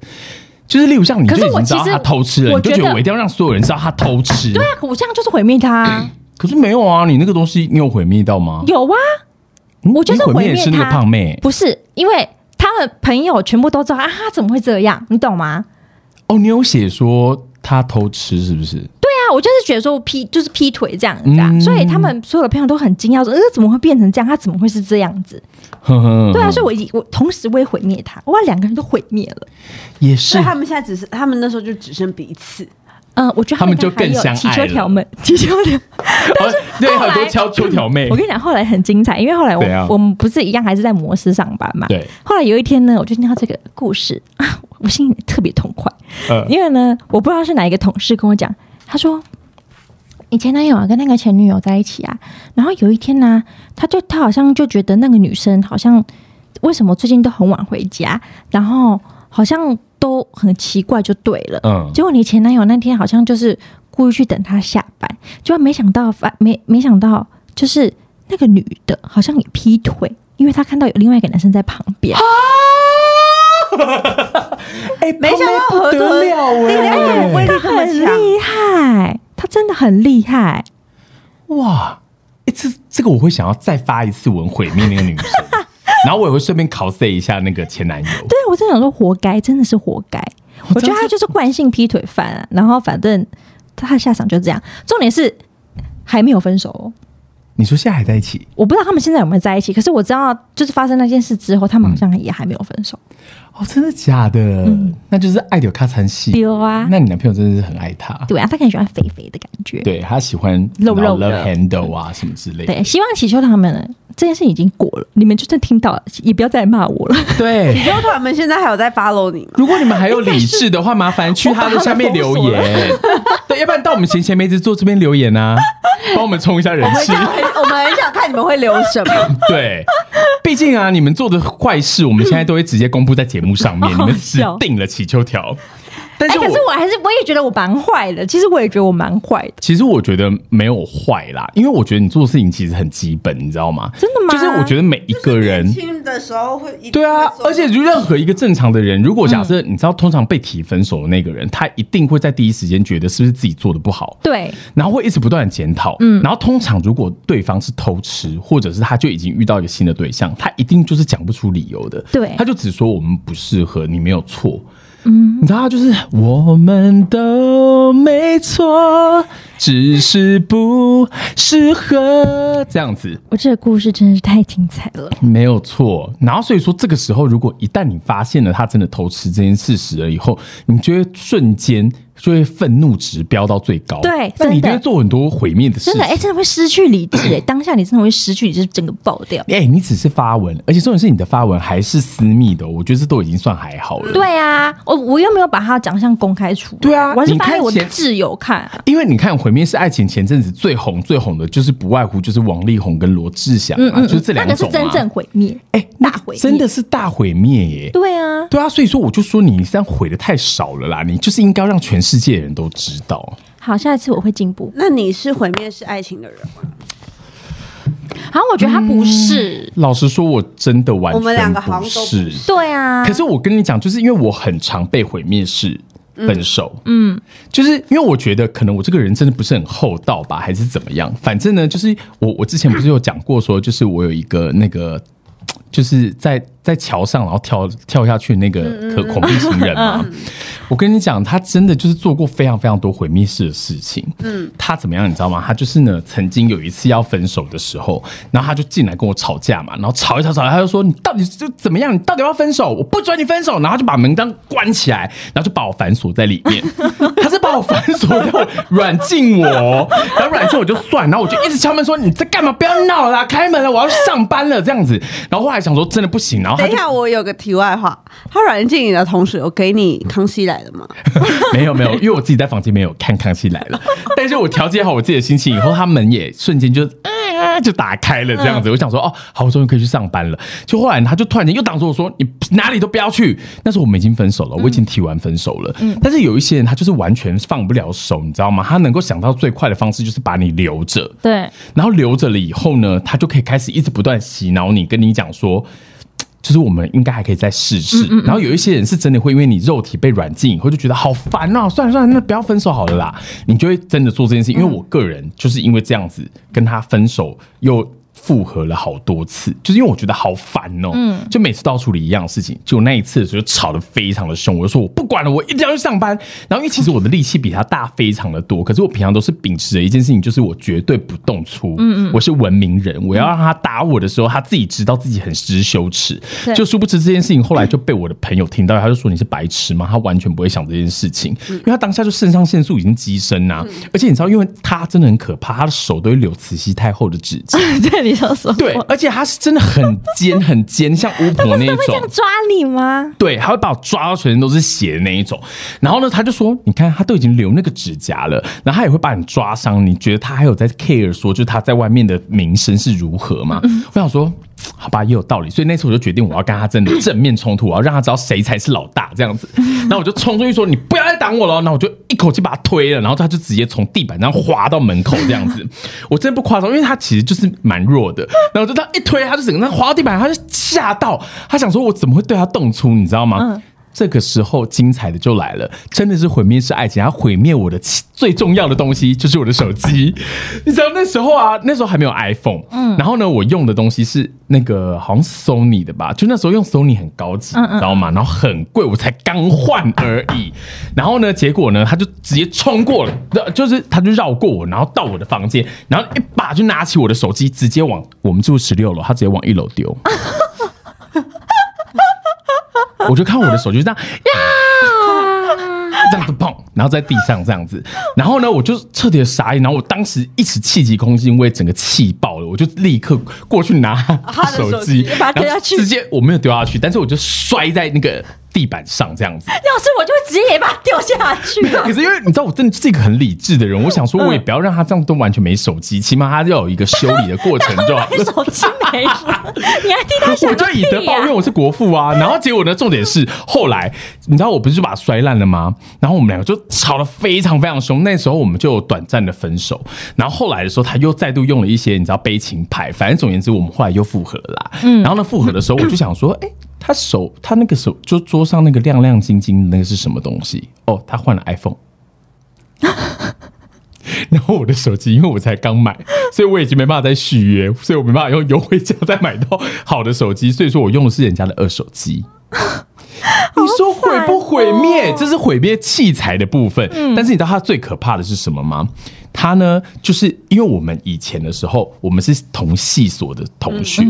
S1: 就是例如像你就
S3: 可是
S1: 已
S3: 我
S1: 经知道
S3: 其实
S1: 他偷吃了，
S3: 我
S1: 你就
S3: 觉
S1: 觉得
S3: 得
S1: 我一定要让所有人知道他偷吃。
S3: 对啊，我这样就是毁灭他啊、
S1: 可是没有啊，你那个东西你有毁灭到吗？
S3: 有啊，
S1: 嗯
S3: 我就是
S1: 你毁
S3: 毁
S1: 灭
S3: 灭
S1: 的
S3: 他。
S1: 是那个胖妹
S3: 不是因为他的朋友全部都知道啊，他怎么会这样？你懂吗？
S1: 哦，你有写说他偷吃是不是？
S3: 对啊，我就是觉得说我劈就是劈腿这样子啊，
S1: 嗯
S3: 所以他们所有的朋友都很惊讶，说：“呃，怎么会变成这样？他怎么会是这样子？”
S1: 呵呵，
S3: 对啊，所以我已经我同时我也毁灭他，我把两个人都毁灭了。
S1: 也是
S5: 所以。他们现在只是他们那时候就只剩彼此，
S3: 嗯、我觉得
S1: 他们就
S3: 还
S1: 更
S3: 有
S1: 相
S3: 祈
S1: 爱
S3: 求
S1: 了
S3: 条们，祈求条。
S1: 哦 <laughs> 对，
S3: 后
S1: 很
S3: 来
S1: 多敲秋条妹
S3: <laughs> 我。跟你讲，后来很精彩，因为后来我
S1: 怎样
S3: 我们不是一样还是在摩斯上班嘛？
S1: 对。
S3: 后来有一天呢，我就听到这个故事 <laughs> 啊，我心里特别痛快，
S1: 呃
S3: 因为呢，我不知道是哪一个同事跟我讲，他说你前男友啊跟那个前女友在一起啊，然后有一天呢、他就他好像就觉得那个女生好像为什么最近都很晚回家，然后好像都很奇怪，就对了。
S1: 嗯
S3: 结果你前男友那天好像就是故意去等她下班，结果没想到发没没想到就是那个女的好像也劈腿，因为她看到有另外一个男生在旁边。
S1: 哎，
S5: 没想到
S1: 胖妹不得
S5: 河
S1: 了
S5: 豚力量
S1: 哎
S5: 怎么威力
S3: 他
S5: 这么
S3: 很
S5: 强？
S3: 厉害，他真的很厉害。
S1: 哇，哎、这这个我会想要再发一次文毁灭那个女
S3: <laughs>
S1: 生，然后我也会顺便 cos 一下那个前男友。
S3: 对啊我真的想说，活该，真的是活该。我觉得他就是惯性劈腿犯、啊，然后反正他的下场就这样。重点是还没有分手、哦，
S1: 你说现在还在一起
S3: 我不知道他们现在有没有在一起，可是我知道就是发生那件事之后，他们好像也还没有分手。
S1: 哦？真的假的？那就是爱丢咔餐戏。
S3: 丢嗯啊
S1: 那你男朋友真的是很爱她，
S3: 对啊，他可能喜欢肥肥的感觉。
S1: 对他喜欢
S3: 肉肉
S1: l
S3: 的
S1: o handle 啊什么之类的。
S3: 对希望祈求他们呢这件事已经过了，你们就算听到了，也不要再骂 <laughs> 我了。
S1: 对，
S5: 然后他们现在还有在 follow 你吗？
S1: 如果你们还有理智的话，麻烦去他的下面留
S3: 我
S1: 言。对，要不然到我们闲闲梅子做这边留言啊，帮我们冲一下人
S5: 我们
S1: 气。
S5: 想我们很想看你们会留什么。
S1: <laughs> 对，毕竟啊，你们做的坏事，我们现在都会直接公布在节目上面，
S3: 好
S1: 你
S3: <laughs> 好
S1: 们死
S3: 笑
S1: 定了起秋条。但
S3: <laughs> 哎、
S1: 是我、
S3: 可是我还是我也觉得我蛮坏的，其实我也觉得我蛮坏的。
S1: 其实我觉得没有坏啦，因为我觉得你做的事情其实很基本，你知道吗？
S3: 真的吗
S1: 就是我觉得每一个人。
S5: 亲的时候会一定
S1: 对啊
S5: 会，做
S1: 而且如任何一个正常的人，如果假设你知道，通常被提分手的那个人，他一定会在第一时间觉得是不是自己做的不好，
S3: 对，
S1: 然后会一直不断的检讨，嗯，然后通常如果对方是偷吃，或者是他就已经遇到一个新的对象，他一定就是讲不出理由的，
S3: 对
S1: 他就只说我们不适合，你没有错，嗯，你知道他就是我们都没错，只是不适合这样子，
S3: 我这个故事真的是太精彩了。
S1: 没有错。然后所以说，这个时候如果一旦你发现了他真的偷吃这件事实了以后，你就会瞬间就会愤怒值飙到最高。
S3: 对
S1: 那你一定
S3: 真的
S1: 会做很多毁灭的事
S3: 真
S1: 情。
S3: 的，哎、真的会失去理智、
S1: <clears throat>
S3: 哎，当下你真的会失去理智，整个爆掉。
S1: 哎、你只是发文，而且重点是你的发文还是私密的哦，我觉得这都已经算还好了。，
S3: 对啊，我我又没有把他的长相公开出来，
S1: 对啊
S3: 我还是
S1: 你
S3: 发
S1: 看
S3: 给我的
S1: 前
S3: 挚友看啊、
S1: 因为你看《毁灭式爱情》前阵子最红最红的就是不外乎就是王力宏跟罗志祥啊，就是这两
S3: 嗯那个
S1: 种、
S3: 是
S1: 啊。
S3: 真正毁灭，
S1: 哎、那
S3: 大毁灭
S1: 真的是大毁灭耶！
S3: 对啊，
S1: 对啊，所以说我就说你这样毁的太少了啦，你就是应该让全世界人都知道。
S3: 好，下一次我会进步。
S5: 那你是毁灭式爱情的人吗？
S3: 好像我觉得他不是，
S1: 老实说，我真的完全
S5: 我们两个好
S1: 不
S5: 像都不
S1: 是。
S3: 对啊，
S1: 可是我跟你讲，就是因为我很常被毁灭式分手，嗯，就是因为我觉得可能我这个人真的不是很厚道吧，还是怎么样？反正呢，就是我我之前不是有讲过说，就是我有一个那个。就是在在桥上，然后跳跳下去那个可恐怖情人嘛，我跟你讲，他真的就是做过非常非常多毁灭式的事情。嗯，他怎么样，你知道吗？他就是呢，曾经有一次要分手的时候，然后他就进来跟我吵架嘛，然后吵一吵吵一吵，他就说你到底是怎么样？你到底要不要分手？我不准你分手，然后就把门当关起来，然后就把我反锁在里面。 <laughs> 他是把我反锁在我软禁我哦，然后软禁我就算，然后我就一直敲门说你在干嘛？不要闹了啦，开门了，我要上班了这样子。然后后来想说真的不行，然后他
S5: 等一
S1: 就
S5: 下，我有个题外话，他软禁你的同时，有给你康熙来了吗？
S1: <laughs> 没有没有，因为我自己在房间没有看《康熙来了》，但是我调节好我自己的心情以后，他门也瞬间就。呃就打开了这样子，我想说哦，好，我终于可以去上班了。就后来他就突然间又挡住我说：“你哪里都不要去。”那时候我们已经分手了，我已经提完分手了。但是有一些人他就是完全放不了手，你知道吗？他能够想到最快的方式就是把你留着。
S3: 对， <laughs>
S1: 然后留着了以后呢，他就可以开始一直不断洗脑你，跟你讲说。就是我们应该还可以再试试，然后有一些人是真的会因为你肉体被软禁以后就觉得好烦哦、算了算了，那不要分手好了啦，你就会真的做这件事。因为我个人就是因为这样子跟他分手又复合了好多次，就是因为我觉得好烦哦、就每次都要处理一样的事情，就那一次的时候就吵得非常的凶，我就说我不管了，我一定要去上班。然后因为其实我的力气比他大非常的多，可是我平常都是秉持着一件事情，就是我绝对不动粗，嗯嗯，我是文明人，我要让他打我的时候，他自己知道自己很知羞耻，
S3: 对
S1: 就殊不知这件事情后来就被我的朋友听到，他就说你是白痴吗？他完全不会想这件事情，因为他当下就肾上腺素已经激升啊，而且你知道，因为他真的很可怕，他的手都会留慈禧太后的指甲，
S3: 对，你说说，
S1: 对，而且他是真的很尖很尖，像巫婆那一
S3: 他会这
S1: 种
S3: 样。抓你吗？
S1: 对，还会把我抓到全身都是血的那一种。然后呢，他就说：“你看，他都已经留那个指甲了，然后他也会把你抓伤。你觉得他还有在 care 说，就是他在外面的名声是如何吗？”我想说，好吧，也有道理。所以那次我就决定，我要跟他真的正面冲突，我要让他知道谁才是老大这样子。然后我就冲出去说：“你不要再挡我了！”然后我就一口气把他推了，然后他就直接从地板上滑到门口这样子。我真的不夸张，因为他其实就是蛮弱的。然后我就这样一推，他就整个人滑到地板，他就吓到，他想说：“我怎么会对他动粗？”你知道吗？这个时候精彩的就来了，真的是毁灭式爱情，它毁灭我的其最重要的东西就是我的手机。 <laughs> 你知道那时候啊，那时候还没有 iPhone，嗯，然后呢，我用的东西是那个好像 Sony 的吧，就那时候用 Sony 很高级，你知道吗？然后很贵，我才刚换而已。然后呢，结果呢，他就直接冲过了，呃就是他就绕过我，然后到我的房间，然后一把就拿起我的手机，直接往我们住十六楼，他直接往一楼丢。我就看我的手就这样呀，这样子碰，然后在地上这样子，然后呢，我就彻底的傻眼，然后我当时一时气急攻心，我也整个气爆了，我就立刻过去拿
S5: 他的手
S1: 手
S5: 机
S1: 机，
S5: 把它丢
S1: 然后
S5: 下去
S1: 直接我没有丢下去，但是我就摔在那个地板上这样子。
S3: 要是我就会直接也把他丢下去了
S1: 可。是因为你知道，我真的是一个很理智的人，我想说，我也不要让他这样都完全没手机，起码他要有一个修理的过程就好了。
S3: <laughs> 手机没
S1: <laughs>
S3: 了，你还替他想
S1: 我
S3: 个
S1: 就以德
S3: 屁
S1: 报
S3: 呀
S1: 怨，！我是国父啊。然后结果呢，重点是后来，你知道我不是就把它摔烂了吗？然后我们两个就吵得非常非常凶。那时候我们就有短暂的分手。然后后来的时候，他又再度用了一些你知道悲情牌，反正总而言之，我们后来又复合了啦。
S3: 嗯
S1: 然后呢，复合的时候我就想说，哎、他手他那个手就桌上那个亮亮晶晶的那个是什么东西？哦，他换了 iPhone。然后我的手机，因为我才刚买，所以我已经没办法再续约，所以我没办法用优惠价再买到好的手机，所以说我用的是人家的二手机。你说毁不毁灭？这是毁灭器材的部分。但是你知道它最可怕的是什么吗？它呢，就是因为我们以前的时候，我们是同系所的同学。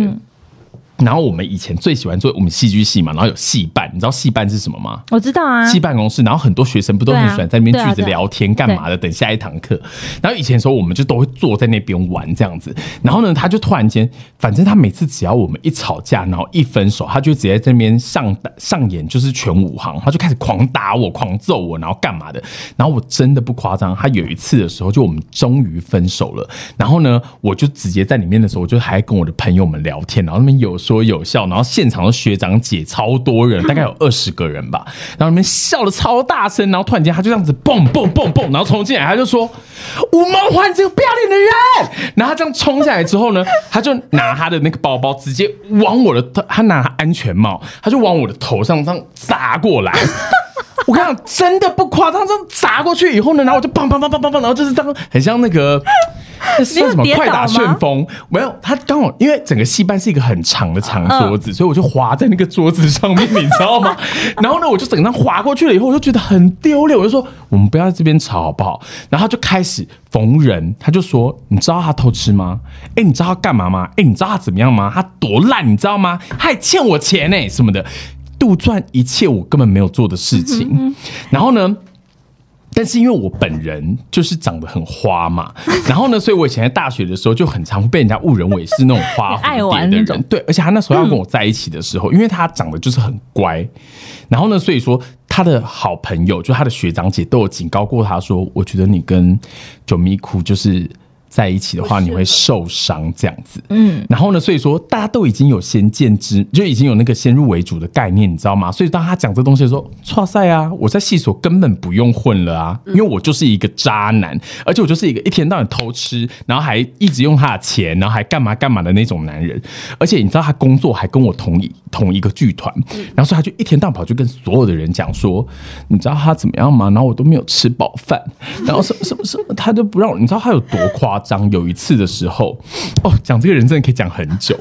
S1: 然后我们以前最喜欢做我们戏剧系嘛，然后有戏办，你知道戏办是什么吗？
S3: 我知道啊，
S1: 系办公室，然后很多学生不都很喜欢在那边
S3: 对
S1: 聚
S3: 啊
S1: 着
S3: 对啊
S1: 聊天干嘛的，等下一堂课。然后以前的时候，我们就都会坐在那边玩这样子。然后呢，他就突然间，反正他每次只要我们一吵架，然后一分手，他就直接在那边上上演就是全武行，他就开始狂打我、狂揍我，然后干嘛的。然后我真的不夸张，他有一次的时候，就我们终于分手了。然后呢，我就直接在里面的时候，我就还跟我的朋友们聊天，然后那边有说有笑，然后现场的学长姐超多人，大概有二十个人吧，然后你们笑的超大声，然后突然间他就这样子蹦蹦蹦蹦，然后冲进来，他就说吴梦环这个不要脸的人，然后他这样冲下来之后呢，他就拿他的那个包包直接往我的头，他拿他安全帽，他就往我的头上这样砸过来。我跟你讲，真的不夸张，这样砸过去以后呢，然后我就砰砰砰砰砰砰，然后就是当很像那个那是什么
S3: 你有跌
S1: 快打
S3: 倒吗
S1: 旋风，没有，他刚好因为整个戏班是一个很长的长桌子，所以我就滑在那个桌子上面，你知道吗？然后呢，我就整张滑过去了以后，我就觉得很丢脸，我就说我们不要在这边吵好不好？然后他就开始逢人，他就说你知道他偷吃吗？哎，你知道他干嘛吗？哎，你知道他怎么样吗？他多烂，你知道吗？他还欠我钱呢、什么的，杜撰一切我根本没有做的事情。然后呢？但是因为我本人就是长得很花嘛，然后呢，所以我以前在大学的时候就很常会被人家误认为是那种花
S3: <laughs> 爱
S1: 蝴蝶
S3: 玩那
S1: 的人
S3: 种，嗯
S1: 对，而且他那时候要跟我在一起的时候，因为他长得就是很乖，然后呢，所以说他的好朋友，就他的学长姐都有警告过他说，我觉得你跟九咪哭就是。在一起的话，你会受伤这样子。嗯，然后呢，所以说大家都已经有先见之，就已经有那个先入为主的概念，你知道吗？所以当他讲这东西的时候，哇塞啊，我在系所根本不用混了啊，因为我就是一个渣男，而且我就是一个一天到晚偷吃，然后还一直用他的钱，然后还干嘛干嘛的那种男人。而且你知道他工作还跟我同一同一个剧团，然后所以他就一天到晚跑去跟所有的人讲说，你知道他怎么样吗？然后我都没有吃饱饭，然后什么什么什么，他都不让我。你知道他有多夸张？有一次的时候，哦，讲这个人真的可以讲很久。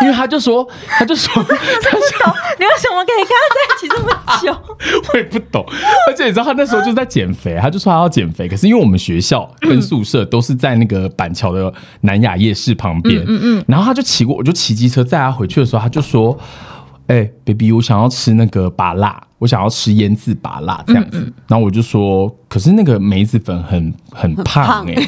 S1: 因为他就说，他就说，他说
S3: <laughs> 你为什么可以跟他在一起这么久？
S1: 我也不懂。而且你知道，他那时候就是在减肥，他就说他要减肥。可是因为我们学校跟宿舍都是在那个板桥的南雅夜市旁边，嗯嗯然后他就骑过，我就骑机车载他回去的时候，他就说：“哎、b a b y 我想要吃那个拔辣，我想要吃腌制拔辣这样子。然后我就说：“可是那个梅子粉很很胖
S5: 胖
S1: 哎、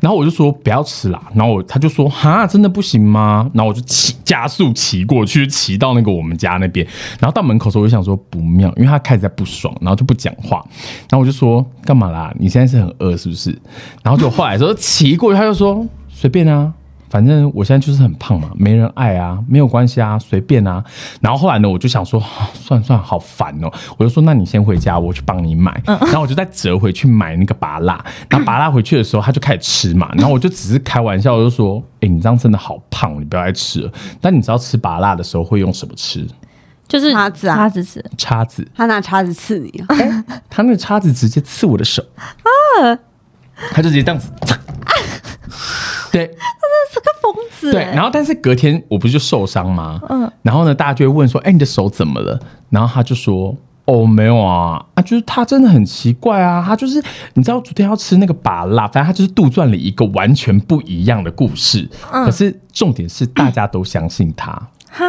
S1: 然后我就说：“不要吃啦。”然后我他就说：“哈，真的不行吗？”然后我就骑加速骑过去，骑到那个我们家那边。然后到门口的时候，我就想说不妙，因为他开始在不爽，然后就不讲话。然后我就说：“干嘛啦？你现在是很饿是不是？”然后就后来的时候骑过去，他就说：“随便啊。”反正我现在就是很胖嘛，没人爱啊，没有关系啊，随便啊。然后后来呢，我就想说， <laughs> 啊算算好烦哦，我就说那你先回家，我去帮你买。然后我就再折回去买那个拔蜡，然后拔蜡回去的时候，他就开始吃嘛。然后我就只是开玩笑，我就说，哎、你这样真的好胖，你不要再吃了。但你知道吃拔蜡的时候会用什么吃？
S3: <laughs> 就是
S5: 叉子啊
S3: 叉子吃，
S1: 叉子，
S5: 他拿叉子刺你啊，
S1: 他那个叉子直接刺我的手啊，他就直接这样子， <laughs> 对。
S3: 这个疯子、欸
S1: 对，然后但是隔天我不是就受伤吗？嗯，然后呢，大家就会问说：“哎、你的手怎么了？”然后他就说：“哦，没有啊，啊，就是他真的很奇怪啊，他就是你知道昨天要吃那个拔辣，反正他就是杜撰了一个完全不一样的故事。可是重点是大家都相信他。
S3: 哈，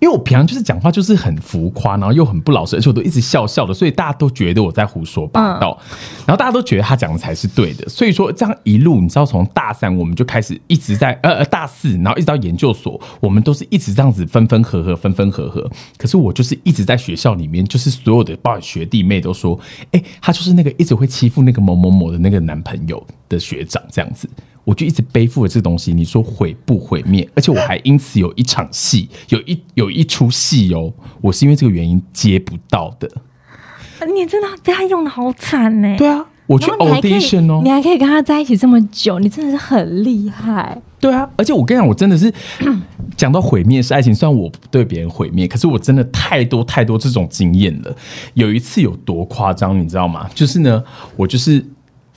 S1: 因为我平常就是讲话就是很浮夸，然后又很不老实，而且我都一直笑笑的，所以大家都觉得我在胡说八道，然后大家都觉得他讲的才是对的，所以说这样一路，你知道从大三我们就开始一直在呃呃大四，然后一直到研究所，我们都是一直这样子分分合合，分分合合。可是我就是一直在学校里面，就是所有的包括学弟妹都说，哎、他就是那个一直会欺负那个某某某的那个男朋友的学长这样子，我就一直背负着这东西，你说毁不毁灭？而且我还因此有一场戏，有一有一出戏哦，我是因为这个原因接不到的。
S3: 你真的被他用的好惨呢、
S1: 对啊，我去
S3: 然后你还可以
S1: audition 哦
S3: 你，还可以跟他在一起这么久，你真的是很厉害。
S1: 对啊，而且我跟你讲，我真的是讲到毁灭式爱情，虽然我不对别人毁灭，可是我真的太多太多这种经验了。有一次有多夸张，你知道吗？就是呢，我就是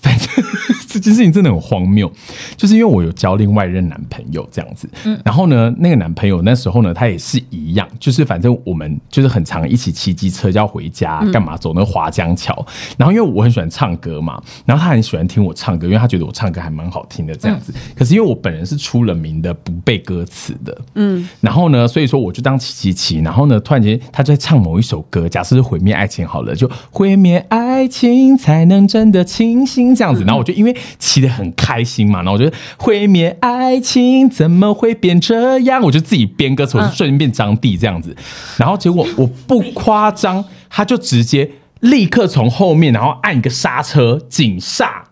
S1: 反正 <laughs> 这件事情真的很荒谬，就是因为我有交另外一任男朋友这样子，然后呢，那个男朋友那时候呢，他也是一样，就是反正我们就是很常一起骑机车要回家干嘛，走那个华江桥，然后因为我很喜欢唱歌嘛，然后他很喜欢听我唱歌，因为他觉得我唱歌还蛮好听的这样子，可是因为我本人是出了名的不背歌词的，嗯，然后呢，所以说我就当骑骑骑，然后呢，突然间他就在唱某一首歌，假设是毁灭爱情好了，就毁灭爱情才能真的清醒这样嗯子。然后我就因为骑得很开心嘛，然后我觉得毁灭爱情怎么会变这样？我就自己编歌词，我就瞬间变张帝这样子。然后结果我不夸张，他就直接立刻从后面，然后按一个刹车紧刹。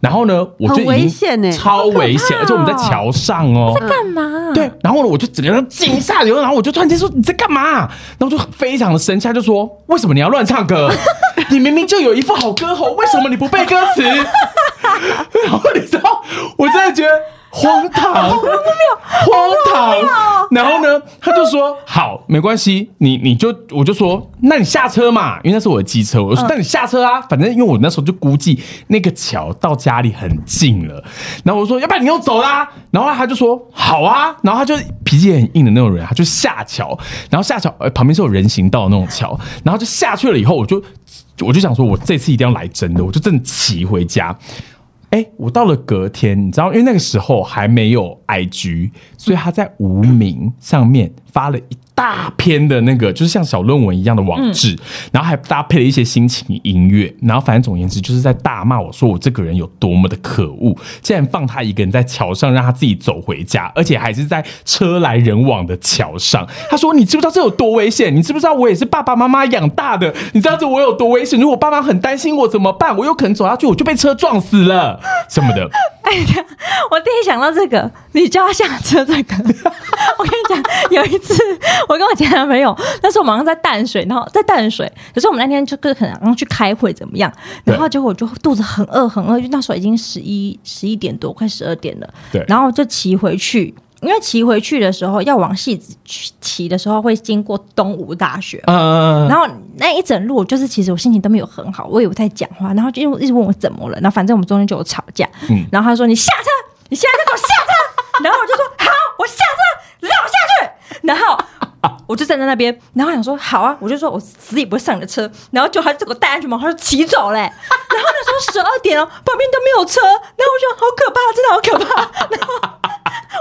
S1: 然后呢，我就已经
S5: 很危险欸
S1: 超危险，而且我们在桥上哦，
S3: 干嘛？啊
S1: 对，然后呢，我就整个人惊吓流，然后我就突然间说你在干嘛、然后就非常的生气，他就说为什么你要乱唱歌？你明明就有一副好歌喉，为什么你不背歌词？ <laughs> 然后你知道，我真的觉得荒唐，荒唐。然后呢，他就说好，没关系，你你就我就说，那你下车嘛，因为那是我的机车，我说、那你下车啊，反正因为我那时候就估计那个桥到家里很近了，然后我说要不然你又走啦，然后他就说好啊，然后他就脾气很硬的那种人，他就下桥，然后下桥、呃、旁边是有人行道的那种桥，然后就下去了以后，我就我就想说我这次一定要来真的，我就真的骑回家。哎、我到了隔天，你知道，因为那个时候还没有 IG，所以他在无名上面发了一大篇的那个，就是像小论文一样的网志，然后还搭配了一些心情音乐，然后反正总而言之，就是在大骂我说我这个人有多么的可恶，竟然放他一个人在桥上，让他自己走回家，而且还是在车来人往的桥上。他说：“你知不知道这有多危险？你知不知道我也是爸爸妈妈养大的？你知道这我有多危险？如果爸妈很担心我怎么办？我有可能走下去，我就被车撞死了什么的。”
S3: 哎我第一想到这个，你叫他下车这
S1: <laughs>
S3: 个。我跟你讲，有一次我跟我前男朋友，那时候我们好像在淡水，然后在淡水，可是我们那天就可能好像去开会怎么样，
S1: 对
S3: 然后结果我就肚子很饿很饿，就那时候已经十一十一点多，快十二点了，
S1: 对
S3: 然后就骑回去。因为骑回去的时候，要往戏子去骑的时候，会经过东吴大学
S1: 嗯，
S3: 然后那一整路就是，其实我心情都没有很好，我以为在讲话，然后就一直问我怎么了，然后反正我们中间就有吵架，
S1: 嗯
S3: 然后他说你下车，你现在就给我下车，然后我就说好，我下车，让我下去，然后。我就站在那边，然后想说好啊，我就说我死也不会上你的车，然后就他就给我戴安全帽，他就骑走嘞、然后那时候十二点哦，旁边都没有车，然后我就好可怕，真的好可怕，然后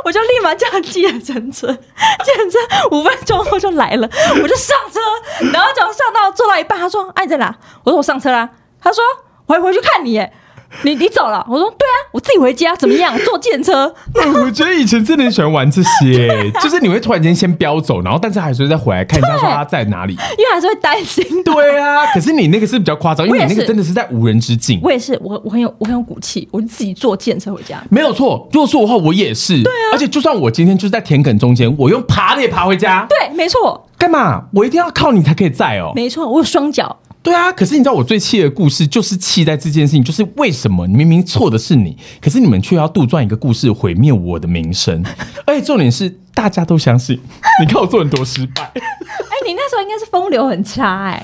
S3: 我就立马叫计程车，计程车五分钟后就来了，我就上车，然后就上到坐到一半，他说：“哎、你在哪？”我说：“我上车啦。”他说：“我还回去看你耶，你你走了。”我说：“对啊，我自己回家，怎么样？坐计程车。
S1: 我觉得以前真的很喜欢玩这 <laughs> 些，就是你会突然间先飙走，然后但是还是会再回来看一下说他在哪里。”
S3: 因为还是会担心。
S1: 对啊，可是你那个是比较夸张，因为你那个真的是在无人之境。
S3: 我也是，我我很有我很有骨气，我就自己坐计程车回家。
S1: 没有错，如果是我的话，我也是。对啊，而且就算我今天就是在田埂中间，我用爬的也爬回家。
S3: 对，没错，
S1: 干嘛？我一定要靠你才可以在哦。
S3: 没错，我有双脚。
S1: 对啊，可是你知道我最气的故事就是气在这件事情，就是为什么明明错的是你，可是你们却要杜撰一个故事毁灭我的名 <laughs> 声，而且重点是大家都相信。你看我做人多失败，
S3: 哎、你那时候应该是风流很差哎、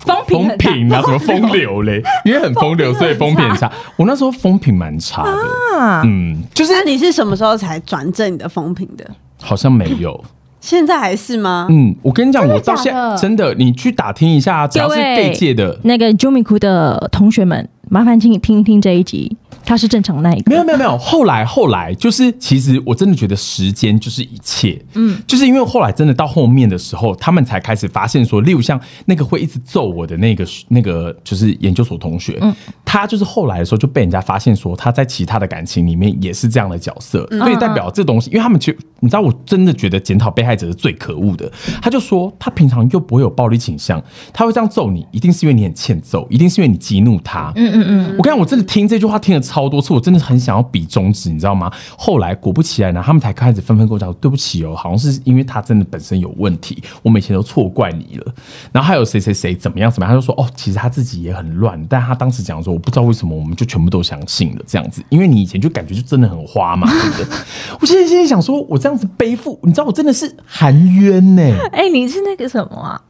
S3: 风评
S1: 风
S3: 很差
S1: 评啊，什么风流 <laughs> 嘞？因为很风流，所以风评很差。我那时候风评蛮差的，
S5: 啊，
S1: 嗯，就是
S5: 那你是什么时候才转正你的风评的？
S1: 好像没有。
S5: 现在还是吗？
S1: 嗯，我跟你讲，我到
S2: 假
S1: 现在
S2: 的
S1: 真的，你去打听一下，只要是
S3: 各位
S1: gay 界的，
S3: 那个 Jumiku 的同学们，麻烦请你听一听这一集，他是正常那一个。
S1: 没有没有没有，后来后来就是，其实我真的觉得时间就是一切。嗯，就是因为后来真的到后面的时候，他们才开始发现说，例如像那个会一直揍我的那个那个就是研究所同学，他就是后来的时候就被人家发现说他在其他的感情里面也是这样的角色，所以代表这东西，因为他们其实你知道，我真的觉得检讨被害者是最可恶的。他就说他平常又不会有暴力倾向，他会这样揍你，一定是因为你很欠揍，一定是因为你激怒他。嗯嗯嗯，我跟你讲，我真的听这句话听了超多次，我真的很想要比中指，你知道吗？后来果不其然呢、他们才开始纷纷跟我讲，对不起哦，好像是因为他真的本身有问题，我们以前都错怪你了。然后还有谁谁谁怎么样怎么样，他就说哦，其实他自己也很乱，但他当时讲说，我不知道为什么，我们就全部都相信了这样子，因为你以前就感觉就真的很花嘛，对不对？ <laughs> 我现在心里想说，我这样子背负，你知道我真的是含冤呢、
S3: 哎、你是那个什么啊？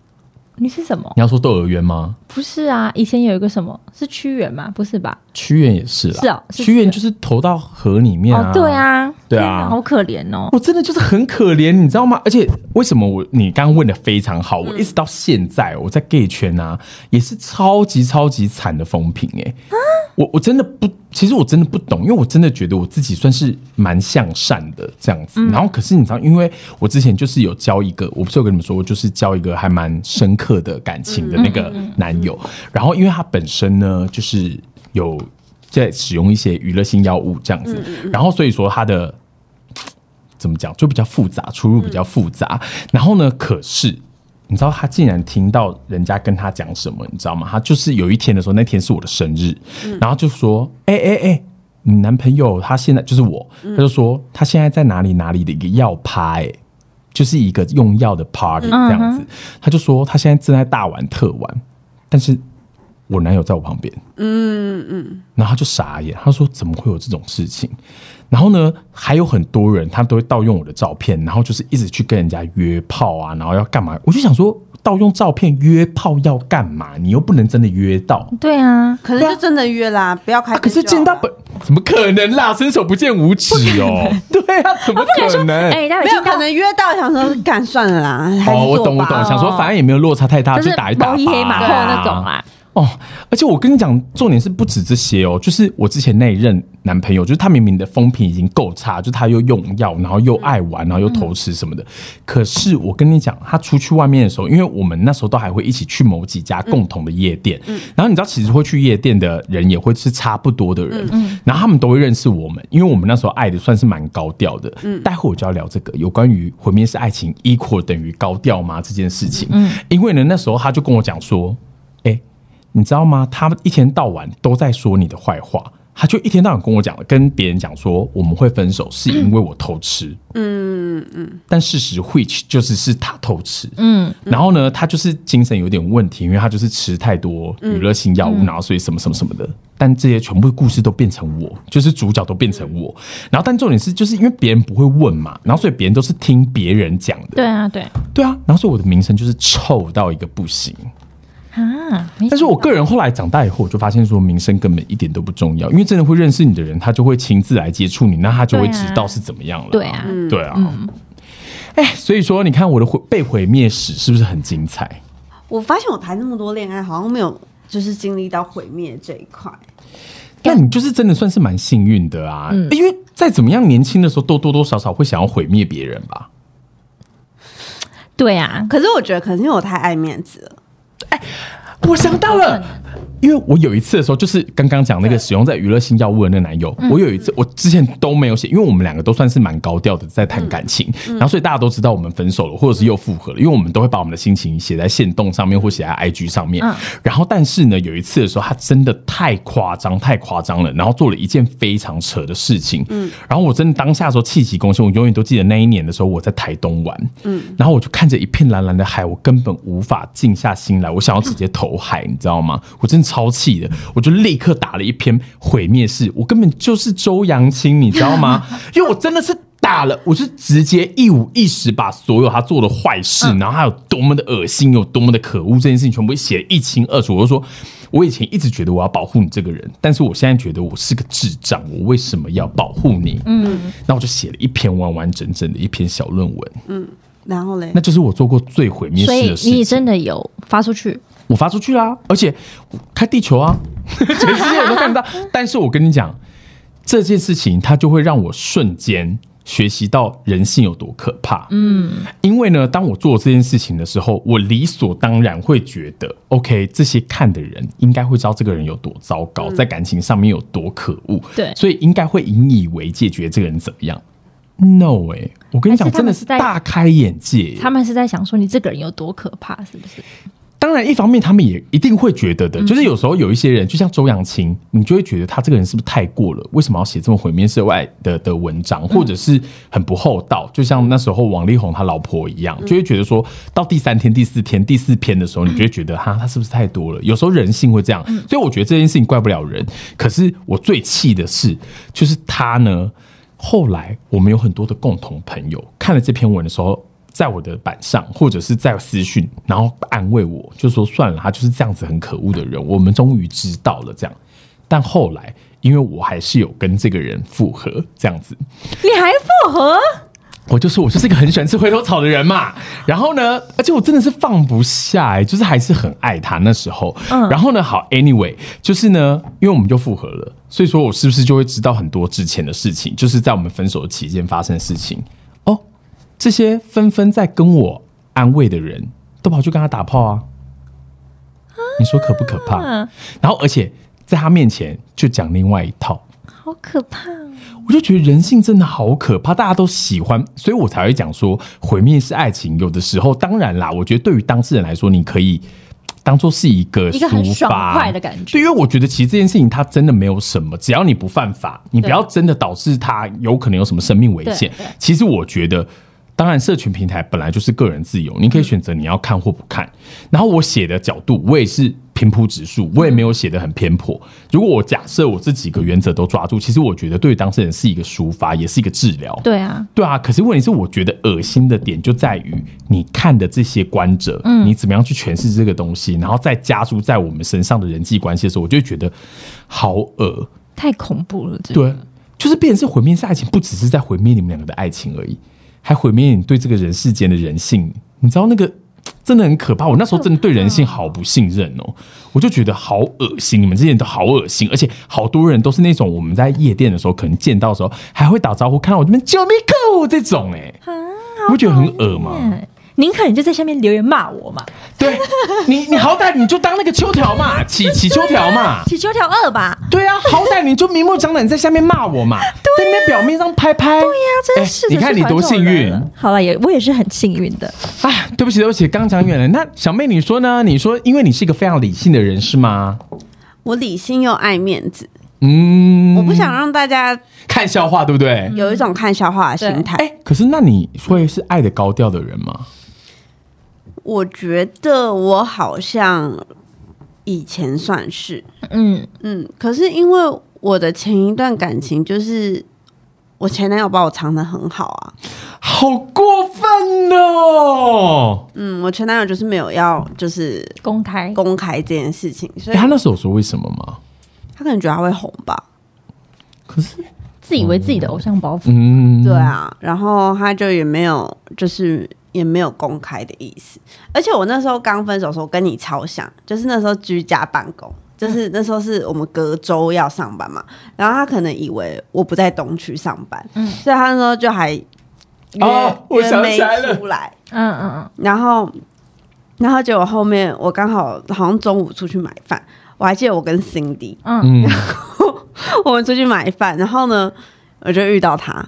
S2: 你是什么？
S1: 你要说窦娥冤吗？
S2: 不是啊，以前有一个什么是屈原吗？不是吧？
S1: 屈原也是啦，
S2: 是哦是
S1: 屈原就是投到河里面啊，
S2: 哦，对，啊，
S1: 对啊
S2: 天哪好可怜哦。
S1: 我真的就是很可怜，你知道吗？而且为什么我你刚刚问的非常好，我一直到现在我在 gay 圈啊，也是超级超级惨的风评哎、我我真的不，其实我真的不懂，因为我真的觉得我自己算是蛮向善的这样子。然后可是你知道，因为我之前就是有交一个，我不是有跟你们说，我就是交一个还蛮深刻的感情的那个男友。然后因为他本身呢，就是有在使用一些娱乐性药物这样子，然后所以说他的怎么讲就比较复杂，出入比较复杂。然后呢，可是你知道他竟然听到人家跟他讲什么，你知道吗？他就是有一天的时候，那天是我的生日，然后就说：“哎哎哎，你男朋友他现在就是我。他就说他现在在哪里哪里的一个药趴、欸，就是一个用药的 party 这样子。他就说他现在正在大玩特玩，但是我男友在我旁边。然后他就傻眼，他说怎么会有这种事情？然后呢，还有很多人他都会盗用我的照片，然后就是一直去跟人家约炮啊，然后要干嘛？我就想说，盗用照片约炮要干嘛？你又不能真的约到。
S2: 对啊，
S5: 可能就真的约啦，不要开
S1: 啊、
S5: 心就好啦、
S1: 可是见到本怎么可能啦？伸手不见五指哦，对啊，怎么可能？
S2: 哎，待会
S5: 没有
S2: 听
S5: 可
S2: 到
S5: 能约到想说干算了啦，还是
S1: 哦，我懂，
S5: 做
S1: 我
S5: 吧
S1: 懂，想说反正也没有落差太大，
S2: 就
S1: 就是打一打吧，
S2: 毛衣黑马后那种啊啦。
S1: 哦，而且我跟你讲，重点是不止这些哦，就是我之前那一任男朋友，就是他明明的风评已经够差，就是他又用药，然后又爱玩，然后又偷吃什么的。可是我跟你讲，他出去外面的时候，因为我们那时候都还会一起去某几家共同的夜店，然后你知道，其实会去夜店的人也会是差不多的人，然后他们都会认识我们，因为我们那时候爱的算是蛮高调的。待会我就要聊这个有关于毁灭式爱情 equal 等于高调吗这件事情，因为呢，那时候他就跟我讲说。哎、你知道吗？他们一天到晚都在说你的坏话，他就一天到晚跟我讲，跟别人讲说我们会分手是因为我偷吃，嗯嗯，但事实 which 就是是他偷吃，嗯，然后呢，他就是精神有点问题，因为他就是吃太多娱乐性药物，然后所以什么什么什么的，但这些全部故事都变成我，就是主角都变成我，然后但重点是就是因为别人不会问嘛，然后所以别人都是听别人讲的，
S2: 对啊，对
S1: 对啊，然后所以我的名声就是臭到一个不行，
S2: 啊。没
S1: 但是我个人后来长大以后，我就发现说名声根本一点都不重要，因为真的会认识你的人，他就会亲自来接触你，那他就会
S2: 对啊
S1: 知道是怎么样了。
S2: 对啊，
S1: 对啊。哎、所以说你看我的毁被毁灭史是不是很精彩？
S5: 我发现我谈那么多恋爱，好像没有就是经历到毁灭这一块。
S1: 那你就是真的算是蛮幸运的啊，
S2: 嗯
S1: 因为再怎么样年轻的时候都多多少少会想要毁灭别人吧。
S2: 对啊，
S5: 可是我觉得，可能是因为我太爱面子了。
S1: 我想到了，因为我有一次的时候，就是刚刚讲那个使用在娱乐性药物的那个男友，我有一次我之前都没有写，因为我们两个都算是蛮高调的在谈感情，然后所以大家都知道我们分手了，或者是又复合了，因为我们都会把我们的心情写在线动上面或写在 IG 上面。然后但是呢，有一次的时候，他真的太夸张，太夸张了，然后做了一件非常扯的事情。嗯，然后我真的当下的时候气急攻心，我永远都记得那一年的时候我在台东玩，嗯，然后我就看着一片蓝蓝的海，我根本无法静下心来，我想要直接投海，你知道吗？我真的超气的，我就立刻打了一篇毁灭式，我根本就是周扬青，你知道吗？因为我真的是。打了，我是直接一五一十把所有他做的坏事，然后他有多么的恶心，有多么的可恶，这件事情全部写得一清二楚。我就说，我以前一直觉得我要保护你这个人，但是我现在觉得我是个智障，我为什么要保护你？嗯，那我就写了一篇完完整整的一篇小论文，
S5: 然后嘞
S1: 那，就是我做过最毁灭
S2: 所
S1: 式
S2: 以
S1: 的事
S2: 你
S1: 情。
S2: 真的有发出去，
S1: 我发出去啦，而且我开地球啊， <laughs> 全世界人都看得到。但是我跟你讲，这件事情它就会让我瞬间学习到人性有多可怕。嗯，因为呢，当我做这件事情的时候，我理所当然会觉得，OK，这些看的人应该会知道这个人有多糟糕，在感情上面有多可恶，
S2: 嗯对
S1: 所以应该会引以为戒，觉得这个人怎么样。No 哎、我跟你讲，
S2: 还是他
S1: 真的
S2: 们
S1: 是
S2: 是在
S1: 大开眼界耶、
S2: 他们是在想说你这个人有多可怕，是不是？
S1: 当然，一方面他们也一定会觉得的，就是有时候有一些人，就像周扬青，你就会觉得他这个人是不是太过了？为什么要写这么毁灭社会的的文章，或者是很不厚道？就像那时候王力宏他老婆一样，就会觉得说到第三天、第四天、第四篇的时候，你就会觉得哈，他是不是太多了？有时候人性会这样，所以我觉得这件事情怪不了人。可是我最气的是，就是他呢，后来我们有很多的共同朋友看了这篇文的时候。在我的板上，或者是在私讯，然后安慰我，就说算了，他就是这样子很可恶的人，我们终于知道了这样。但后来，因为我还是有跟这个人复合，这样子，
S3: 你还复合？
S1: 我就说我就是一个很喜欢吃回头草的人嘛。然后呢，而且我真的是放不下、欸，就是还是很爱他那时候。然后呢，好，anyway，就是呢，因为我们就复合了，所以说我是不是就会知道很多之前的事情，就是在我们分手的期间发生的事情。哦，这些纷纷在跟我安慰的人都跑去跟他打炮啊，你说可不可怕？
S3: 嗯，
S1: 然后而且在他面前就讲另外一套，
S3: 好可怕哦！
S1: 我就觉得人性真的好可怕，大家都喜欢，所以我才会讲说毁灭是爱情。有的时候，当然啦，我觉得对于当事人来说，你可以当做是一个
S6: 一个很
S1: 抒
S6: 爽
S1: 发
S6: 快的感觉
S1: 对，因为我觉得其实这件事情它真的没有什么，只要你不犯法，你不要真的导致他有可能有什么生命危险
S6: 对对。
S1: 其实我觉得。当然，社群平台本来就是个人自由，你可以选择你要看或不看。然后我写的角度，我也是平铺直述，我也没有写的很偏颇。如果我假设我这几个原则都抓住，其实我觉得对于当事人是一个抒发，也是一个治疗。
S3: 对啊，
S1: 对啊，可是问题是，我觉得恶心的点就在于你看的这些观者，你怎么样去诠释这个东西，然后再加诸在我们身上的人际关系的时候，我就会觉得好恶。
S6: 太恐怖了，这个
S1: 对，就是变成是毁灭是爱情，不只是在毁灭你们两个的爱情而已，还毁灭你对这个人世间的人性。你知道那个真的很可怕，我那时候真的对人性好不信任哦，我就觉得好恶心，你们这些人都好恶心，而且好多人都是那种我们在夜店的时候可能见到的时候还会打招呼，看到我这边救命客这种哎、你不觉得很恶吗？
S3: 宁可你就在下面留言骂我嘛，
S1: 对你，你好歹你就当那个秋条嘛，起起秋条嘛，
S3: 起秋条二吧。
S1: 对啊，好歹你就明目张胆在下面骂我
S5: <laughs>
S1: 嘛，
S5: 啊
S1: 在那边表面上拍拍。对呀、
S3: 对呀，真是
S1: 哎
S3: 的、
S1: 你看
S3: 是
S1: 你多
S3: 团
S1: 幸
S3: 种人
S1: 运
S3: 了。好了，也我也是很幸运的。
S1: 哎，对不起，对不起，刚讲远了。那小妹，你说呢？你说，因为你是一个非常理性的人，是吗？
S5: 我理性又爱面子，
S1: 嗯，
S5: 我不想嗯让大家
S1: 看笑话，对不对？
S5: 有一种看笑话的心态。
S1: 哎，可是那你会是爱的高调的人吗？
S5: 我觉得我好像以前算是，
S6: 嗯，
S5: 嗯，可是因为我的前一段感情就是。我前男友把我藏得很好啊，
S1: 好过分哦！
S5: 嗯，我前男友就是没有要就是
S6: 公开
S5: 公开这件事情，所
S1: 哎
S5: 以
S1: 他那时候有说为什么吗？
S5: 他可能觉得他会红吧，
S1: 可是，
S6: 自以为自己的偶像包袱，
S1: 嗯，
S5: 对，啊，然后他就也没有就是也没有公开的意思，而且我那时候刚分手的时候跟你超像，就是那时候居家办公。
S1: 嗯
S5: 就是那时候是我们隔周要上班嘛，然后他可能以为我不在东区上班，所以他那时候就还约、
S1: 嗯哦我
S5: 约
S1: 想
S5: 没
S1: 起来了
S5: 出来，
S6: 嗯嗯嗯，
S5: 然后，然后结果后面我刚好好像中午出去买饭，我还记得我跟 Cindy <laughs>
S1: 嗯，
S5: 我们出去买饭，然后呢，我就遇到他，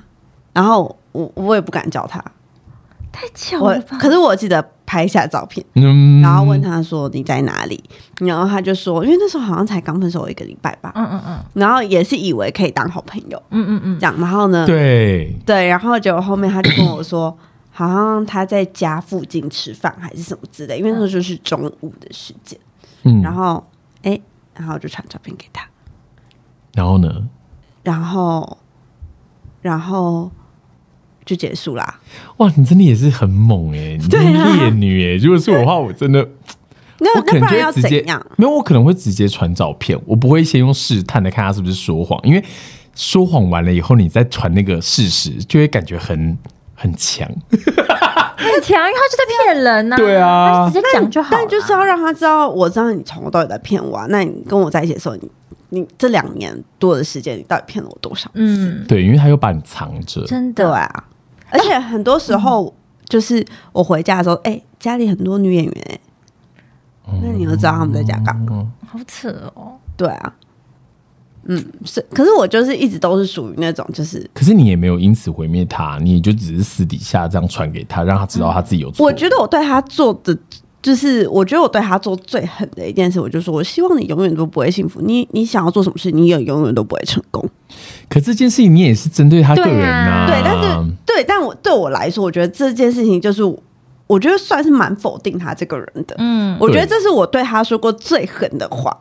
S5: 然后我我也不敢叫他，
S6: 太巧
S5: 我
S6: 了吧？
S5: 可是我记得拍下照片，
S1: 嗯
S5: <laughs> 然后问他说你在哪里，然后他就说，因为那时候好像才刚分手一个礼拜吧，
S6: 嗯嗯嗯
S5: 然后也是以为可以当好朋友
S6: 嗯嗯嗯
S5: 这，样，然后呢，
S1: 对，
S5: 对，然后结果后面他就跟我说，好像他在家附近吃饭还是什么之
S6: 嗯
S5: 类，因为那时候就是中午的时间。
S1: 嗯，
S5: 然后，哎、然后我就传照片给他，
S1: 然后呢？
S5: 然后，然后就结束啦。
S1: 哇，你真的也是很猛哎、你真的烈女哎、如果是我的话，我真的。
S5: 啊 <laughs> 那
S1: 我可能
S5: 那
S1: 就
S5: 不然
S1: 会
S5: 要
S1: 直接
S5: 怎样？
S1: 没有，我可能会直接传照片，我不会先用试探的看他是不是说谎，因为说谎完了以后，你再传那个事实，就会感觉很很强。
S6: 很强，他就在骗人呐，
S1: 对啊
S6: 他就直接讲就好了，
S5: 但就是要让他知道，我知道你从头到尾在骗我、啊。那你跟我在一起的时候，你你这两年多的时间，你到底骗了我多少？
S6: 嗯，
S1: 对，因为他又把你藏着。
S6: 真
S5: 对
S6: 的，
S5: 啊，而且很多时候、就是我回家的时候，哎、家里很多女演员、哎，那你又知道他们在家干嘛？
S6: 好扯哦，
S5: 对啊，嗯，是。可是我就是一直都是属于那种，就是
S1: 可是你也没有因此毁灭他，你就只是私底下这样传给他，让他知道他自己有错。
S5: 我觉得我对他做的，就是我觉得我对他做最狠的一件事，我就说我希望你永远都不会幸福。你你想要做什么事，你也永远都不会成功。
S1: 可这件事情你也是针对他个人
S6: 啊
S1: 呐、
S5: 对，但是对，但我对我来说，我觉得这件事情就是我，我觉得算是蛮否定他这个人的。
S6: 嗯
S5: 我觉得这是我对他说过最狠的话。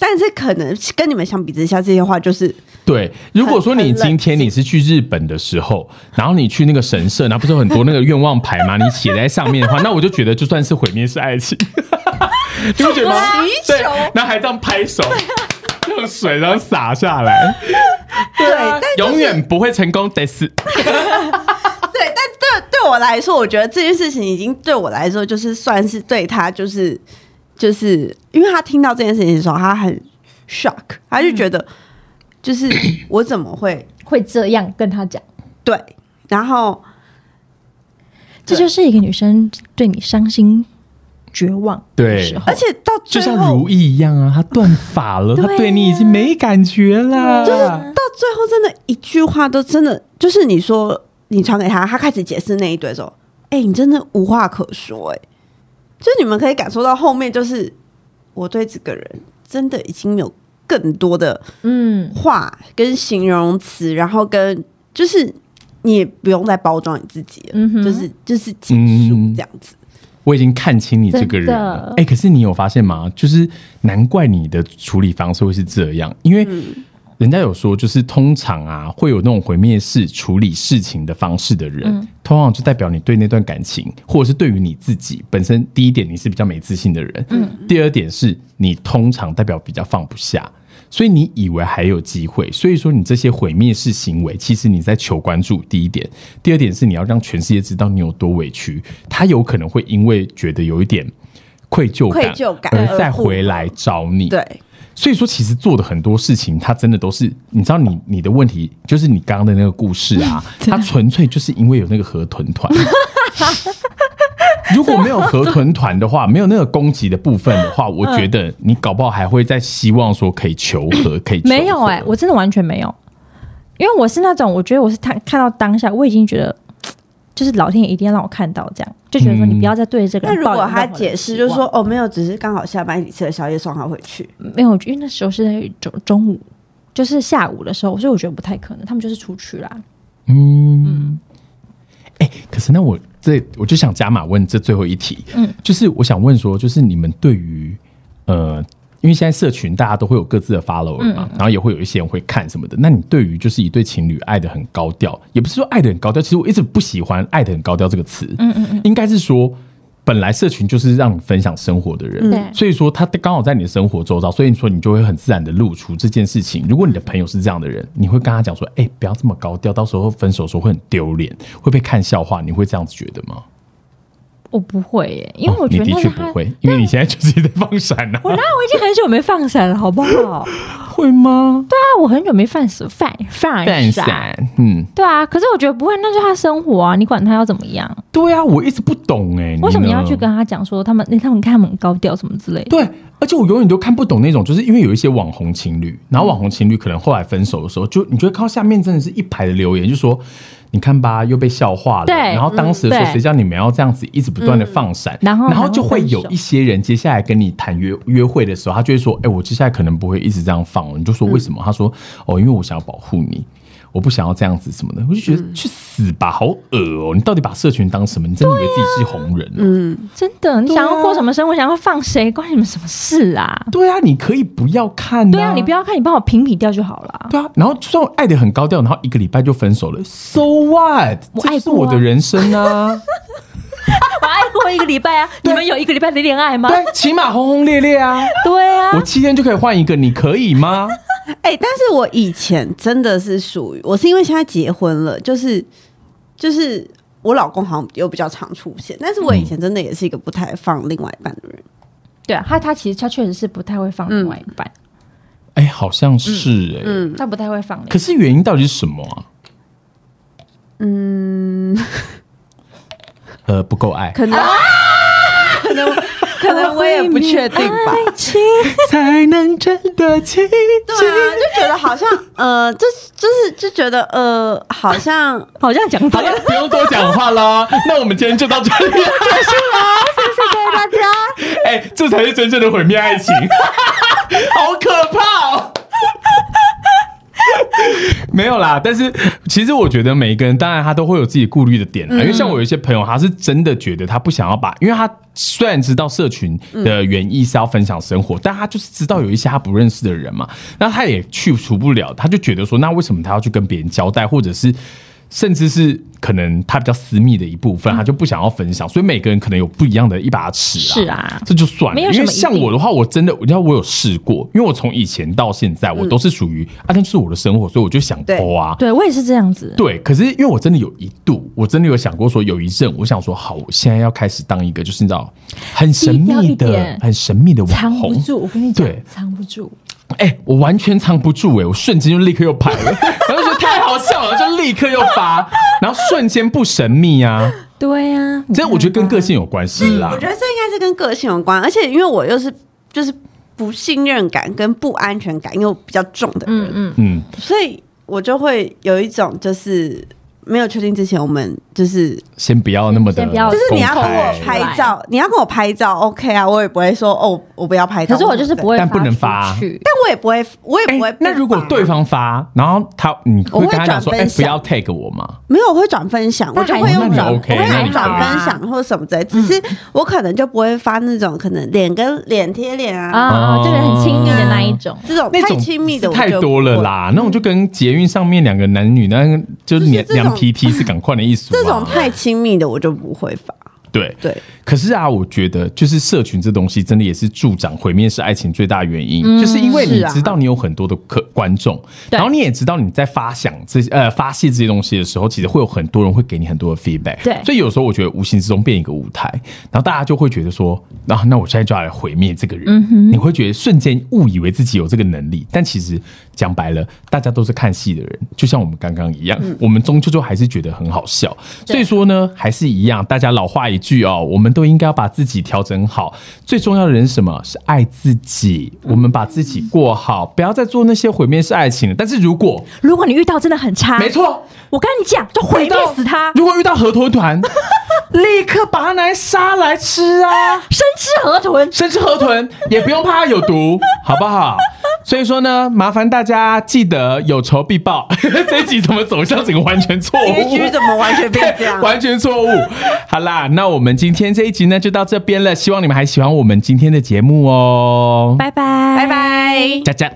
S5: 但是可能跟你们相比之下，这些话就是
S1: 对，如果说
S5: 很
S1: 你
S5: 很冷
S1: 今天你是去日本的时候，然后你去那个神社，然后不是有很多那个愿望牌嘛，你写在上面的话，那我就觉得就算是毁灭式爱
S5: <laughs>
S1: 情，你不觉得吗？
S5: 哦
S1: 对，然后还这样拍手，用水然后洒下来，啊
S5: 对，但
S1: 永远不会成功得死。
S5: 对，但对对我来说，我觉得这件事情已经对我来说就是算是对他就是就是，因为他听到这件事情的时候，他很 shock，他就觉得就是我怎么会
S7: 会这样跟他讲，
S5: 对，然后
S3: 这就是一个女生对你伤心、绝望的
S1: 对
S3: 时候，
S5: 而且到
S1: 就
S5: 最
S1: 像
S5: 后
S1: 如意一样啊，她断发了，她
S3: 对啊
S1: 对你已经没感觉啦。
S5: 就是到最后真的一句话都真的就是你说你传给他，他开始解释那一堆的时候，哎、你真的无话可说哎、就你们可以感受到后面就是我对这个人真的已经没有更多的。
S6: 嗯，
S5: 话跟形容词，然后跟就是你也不用再包装你自己了，
S6: 嗯哼
S5: 就是就是结束这样子。
S1: 我已经看清你这个人了
S7: 真的。
S1: 哎、可是你有发现吗？就是难怪你的处理方式会是这样，因为人家有说，就是通常啊，会有那种毁灭式处理事情的方式的人，
S5: 嗯
S1: 通常就代表你对那段感情，或者是对于你自己本身，第一点你是比较没自信的人，
S5: 嗯
S1: 第二点是你通常代表比较放不下。所以你以为还有机会，所以说你这些毁灭式行为，其实你在求关注。第一点，第二点是你要让全世界知道你有多委屈，他有可能会因为觉得有一点愧疚感，
S5: 愧疚感
S1: 而再
S5: 而
S1: 回来找你。
S5: 对，
S1: 所以说，其实做的很多事情，它真的都是，你知道你，你的问题就是你刚刚的那个故事
S3: <laughs>
S1: 啊，它纯粹就是因为有那个河豚团。如果没有河豚团的话，没有那个攻击的部分的话，我觉得你搞不好还会再希望说可以求和，可以求
S3: 没有
S1: 和
S3: 哎、我真的完全没有，因为我是那种我觉得我是看看到当下，我已经觉得就是老天爷一定要让我看到这样，就觉得说
S1: 嗯
S3: 你不要再对这个
S5: 那
S3: 人
S5: 如
S3: 抱有
S5: 果
S3: 任何
S5: 他
S3: 的期望。
S5: 解释就是说哦没有，只是刚好下班一起吃了宵夜送他回去，
S3: 没有，因为那时候是在中中午，就是下午的时候，所以我觉得不太可能，他们就是出去啦。
S1: 嗯，哎、可是那我这我就想加码问这最后一题，嗯，就是我想问说，就是你们对于呃，因为现在社群大家都会有各自的 follower 嘛，然后也会有一些人会看什么的，那你对于就是一对情侣爱的很高调，也不是说爱的很高调，其实我一直不喜欢“爱的很高调”这个词，嗯嗯嗯，应该是说。本来社群就是让你分享生活的人，
S5: 嗯
S6: 对
S1: 所以说他刚好在你的生活周遭，所以说你就会很自然的露出这件事情。如果你的朋友是这样的人，你会跟他讲说：“哎、不要这么高调，到时候分手的时候会很丢脸，会被看笑话。”你会这样子觉得吗？
S3: 我不会耶、因为
S1: 哦
S3: 我觉得
S1: 你
S3: 那
S1: 的
S3: 是
S1: 确
S3: 他，
S1: 不会，因为你现在就是在放闪呐、
S3: 我
S1: 啊，
S3: 那我已经很久没放闪了，好不
S1: <laughs>
S3: 好？对
S1: 会吗？
S3: 啊，我很久没放闪放放
S1: 放闪，嗯，
S3: 对啊，可是我觉得不会，那就是他生活啊，你管他要怎么样？
S1: 对啊，我一直不懂哎、
S3: 为什么
S1: 你
S3: 你
S1: 呢
S3: 要去跟他讲说他们，你他们看他们很高调什么之类的？
S1: 对，而且我永远都看不懂那种，就是因为有一些网红情侣，然后网红情侣可能后来分手的时候，就你就会看到下面真的是一排的留言，就说你看吧，又被笑话了。
S3: 对
S1: 然后当时的时候，
S3: 嗯对嗯
S1: 谁叫你们要这样子一直不断的放闪、
S3: 然后
S1: 然后就
S3: 然后
S1: 会
S3: 分手
S1: 有一些人接下来跟你谈约约会的时候，他就会说：“哎、我接下来可能不会一直这样放哦。”你就说为什
S3: 嗯
S1: 么？他说：“哦，因为我想要保护你。”我不想要这样子什么的，我就觉得
S3: 嗯
S1: 去死吧，好恶哦、你到底把社群当什么？你真的以为自己是红人、哦？
S3: 真的，你想要过什么生活，想要放谁，关你们什么事啊？
S1: 对啊，你可以不要看、
S3: 对啊，你不要看，你帮我评比掉就好
S1: <laughs>
S3: 了。
S1: 对啊，然后就算我爱的很高调，然后一个礼拜就分手了，so what？
S3: 我
S1: 这
S3: 爱过啊
S1: 是我的人生啊，
S3: 我爱过一个礼拜啊，你们有一个礼拜的恋爱吗？
S1: 对，啊起码轰轰烈烈啊，
S3: 对啊，
S1: 我七天就可以换一个，你可以吗？
S5: 哎、但是我以前真的是属于我是因为现在结婚了，就是就是我老公好像又比较常出现，但是我以前真的也是一个不太放另外一半的人，
S6: 对啊，他他其实他确实是不太会
S3: 嗯
S6: 放另外一半，
S1: 哎、好像是哎、
S5: 嗯，
S6: 他不太会放另一半
S1: 可是原因到底是什么啊？ <laughs> 嗯，呃，不够爱，
S5: 可能、啊可能可能我也不确定吧，
S3: 哎
S1: 才能真的清
S5: 对啊，就觉得好像呃，就就是就觉得呃，好像
S3: 好像讲
S1: 好
S3: 到
S1: 了，不用多讲话啦。那我们今天就到这里，结束啦，谢谢大家。 <laughs> 哎、这才是真正的毁灭爱情，好可怕、哦！没有啦，但是其实我觉得每一个人，当然他都会有自己顾虑的点啊
S6: 嗯
S1: 啦。因为像我有一些朋友，他是真的觉得他不想要把，因为他虽然知道社群
S6: 嗯
S1: 的原意是要分享生活，但他就是知道有一些他不认识的人嘛，那他也去除不了，他就觉得说，那为什么他要去跟别人交代，或者是？甚至是可能他比较私密的一部分，他就不想要分享，所以每个人可能有不一样的一把尺啦。
S6: 是啊
S1: 这就算了。
S6: 没有
S1: 因
S6: 什
S1: 为
S6: 么一定
S1: 像我的话，我真的，你知道我有试过，因为我从以前到现在，我都是属于、啊，那就是我的生活，所以我就想
S5: 对
S1: 播啊。
S6: 嗯对我也是这样子。
S1: 对，可是因为我真的有一度，我真的有想过说，有一阵我想说，好，我现在要开始当一个就是你知道很神秘
S6: 低调一
S1: 的
S6: 点、
S1: 很神秘的网
S6: 藏不
S1: 红。
S6: 住，我跟你讲
S1: 对，
S6: 藏不住。
S1: 哎、我完全藏不住哎、我瞬间就立刻又拍了， <laughs> 然后就觉得太好笑了，就立刻又发，然后瞬间不神秘啊。
S6: 对呀、啊，
S1: 这我觉得跟个性有关系啦
S6: 嗯
S5: 我。觉得这应该是跟个性有关，而且因为我又是就是不信任感跟不安全感又比较重的人，
S6: 嗯嗯，
S1: 嗯，
S5: 所以我就会有一种就是没有确定之前，我们就是
S1: 先不要那么的
S6: 先
S1: 公
S6: 不
S1: 开，
S6: 要
S5: 就是你要跟我
S6: 公
S5: 拍照，你要跟我拍照，OK 啊，我也不会说哦，我不要拍照。
S6: 可是我就是不会，
S1: 但不能发
S6: 出去。
S5: 但我也不会，我也
S1: 哎
S5: 不会、啊
S1: 那如果对方发，然后他你
S5: 我
S1: 会
S5: 会
S1: 跟他讲说，
S5: 转
S1: 哎、
S5: 分
S1: 不要
S5: 享
S1: tag 我吗？
S5: 没有，我会转分享，
S6: 那
S5: 我就会
S1: 还
S5: 用
S1: 好啊嗯
S5: 转，
S1: 那
S5: 我
S1: 你 OK，
S5: 会
S1: 那你
S5: 用转
S6: OK
S5: 分享或什么之类。只是我可能就不会发那种可能脸跟脸贴脸啊，嗯
S6: 啊，
S1: 哦
S6: 就是很亲密的那一种。
S5: 这种
S1: 那
S5: 太
S1: 种
S5: 亲密的我
S1: 太
S5: 就
S1: 多了啦，那种就跟捷运上面两个男女，那个就是
S5: 就是
S1: 两
S5: 这种
S1: 两 PT 是赶快的意思
S5: 不
S1: 嘛。
S5: 会。这种太亲密的我就不会发，
S1: 对
S5: 对，
S1: 可是啊，我觉得就是社群这东西，真的也是助长毁灭式爱情最大原因，就是因为你
S5: 是啊
S1: 知道你有很多的客观众，
S6: 对
S1: 然后你也知道你在发想这些呃发泄这些东西的时候，其实会有很多人会给你很多的 feedback，
S6: 对
S1: 所以有时候我觉得无形之中变一个舞台，然后大家就会觉得说，啊，那我现在就要来毁灭这个人，你会觉得瞬间误以为自己有这个能力，但其实讲白了，大家都是看戏的人，就像我们刚刚一样，我们终究就还是觉得很好笑，所以说呢，还是一样，大家老话一句哦，我们都应该要把自己调整好。最重要的人是什么？是爱自己。我们把自己过好，不要再做那些毁灭式爱情了。但是如果
S3: 如果你遇到真的很差，
S1: 没，错，
S3: 我跟你讲，就毁灭死他，
S1: 如果遇到河豚团，立刻把它拿来杀来吃啊！
S3: 生吃河豚。
S1: 生吃河豚，也不用怕它有毒，好不好？所以说呢，麻烦大家记得有仇必报。 <laughs> 这一集怎么走向整个完全错
S5: 结
S1: 误？
S5: 局 E 怎么完全变
S1: <laughs>
S5: 这样？
S1: 完全错误。好啦，那我们今天这一集呢就到这边了，希望你们还喜欢我们今天的节目哦。
S6: 拜拜，
S5: 拜。拜，
S1: 佳佳，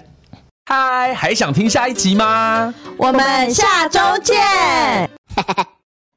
S1: 嗨，还想听下一集吗？
S5: 我们下周见。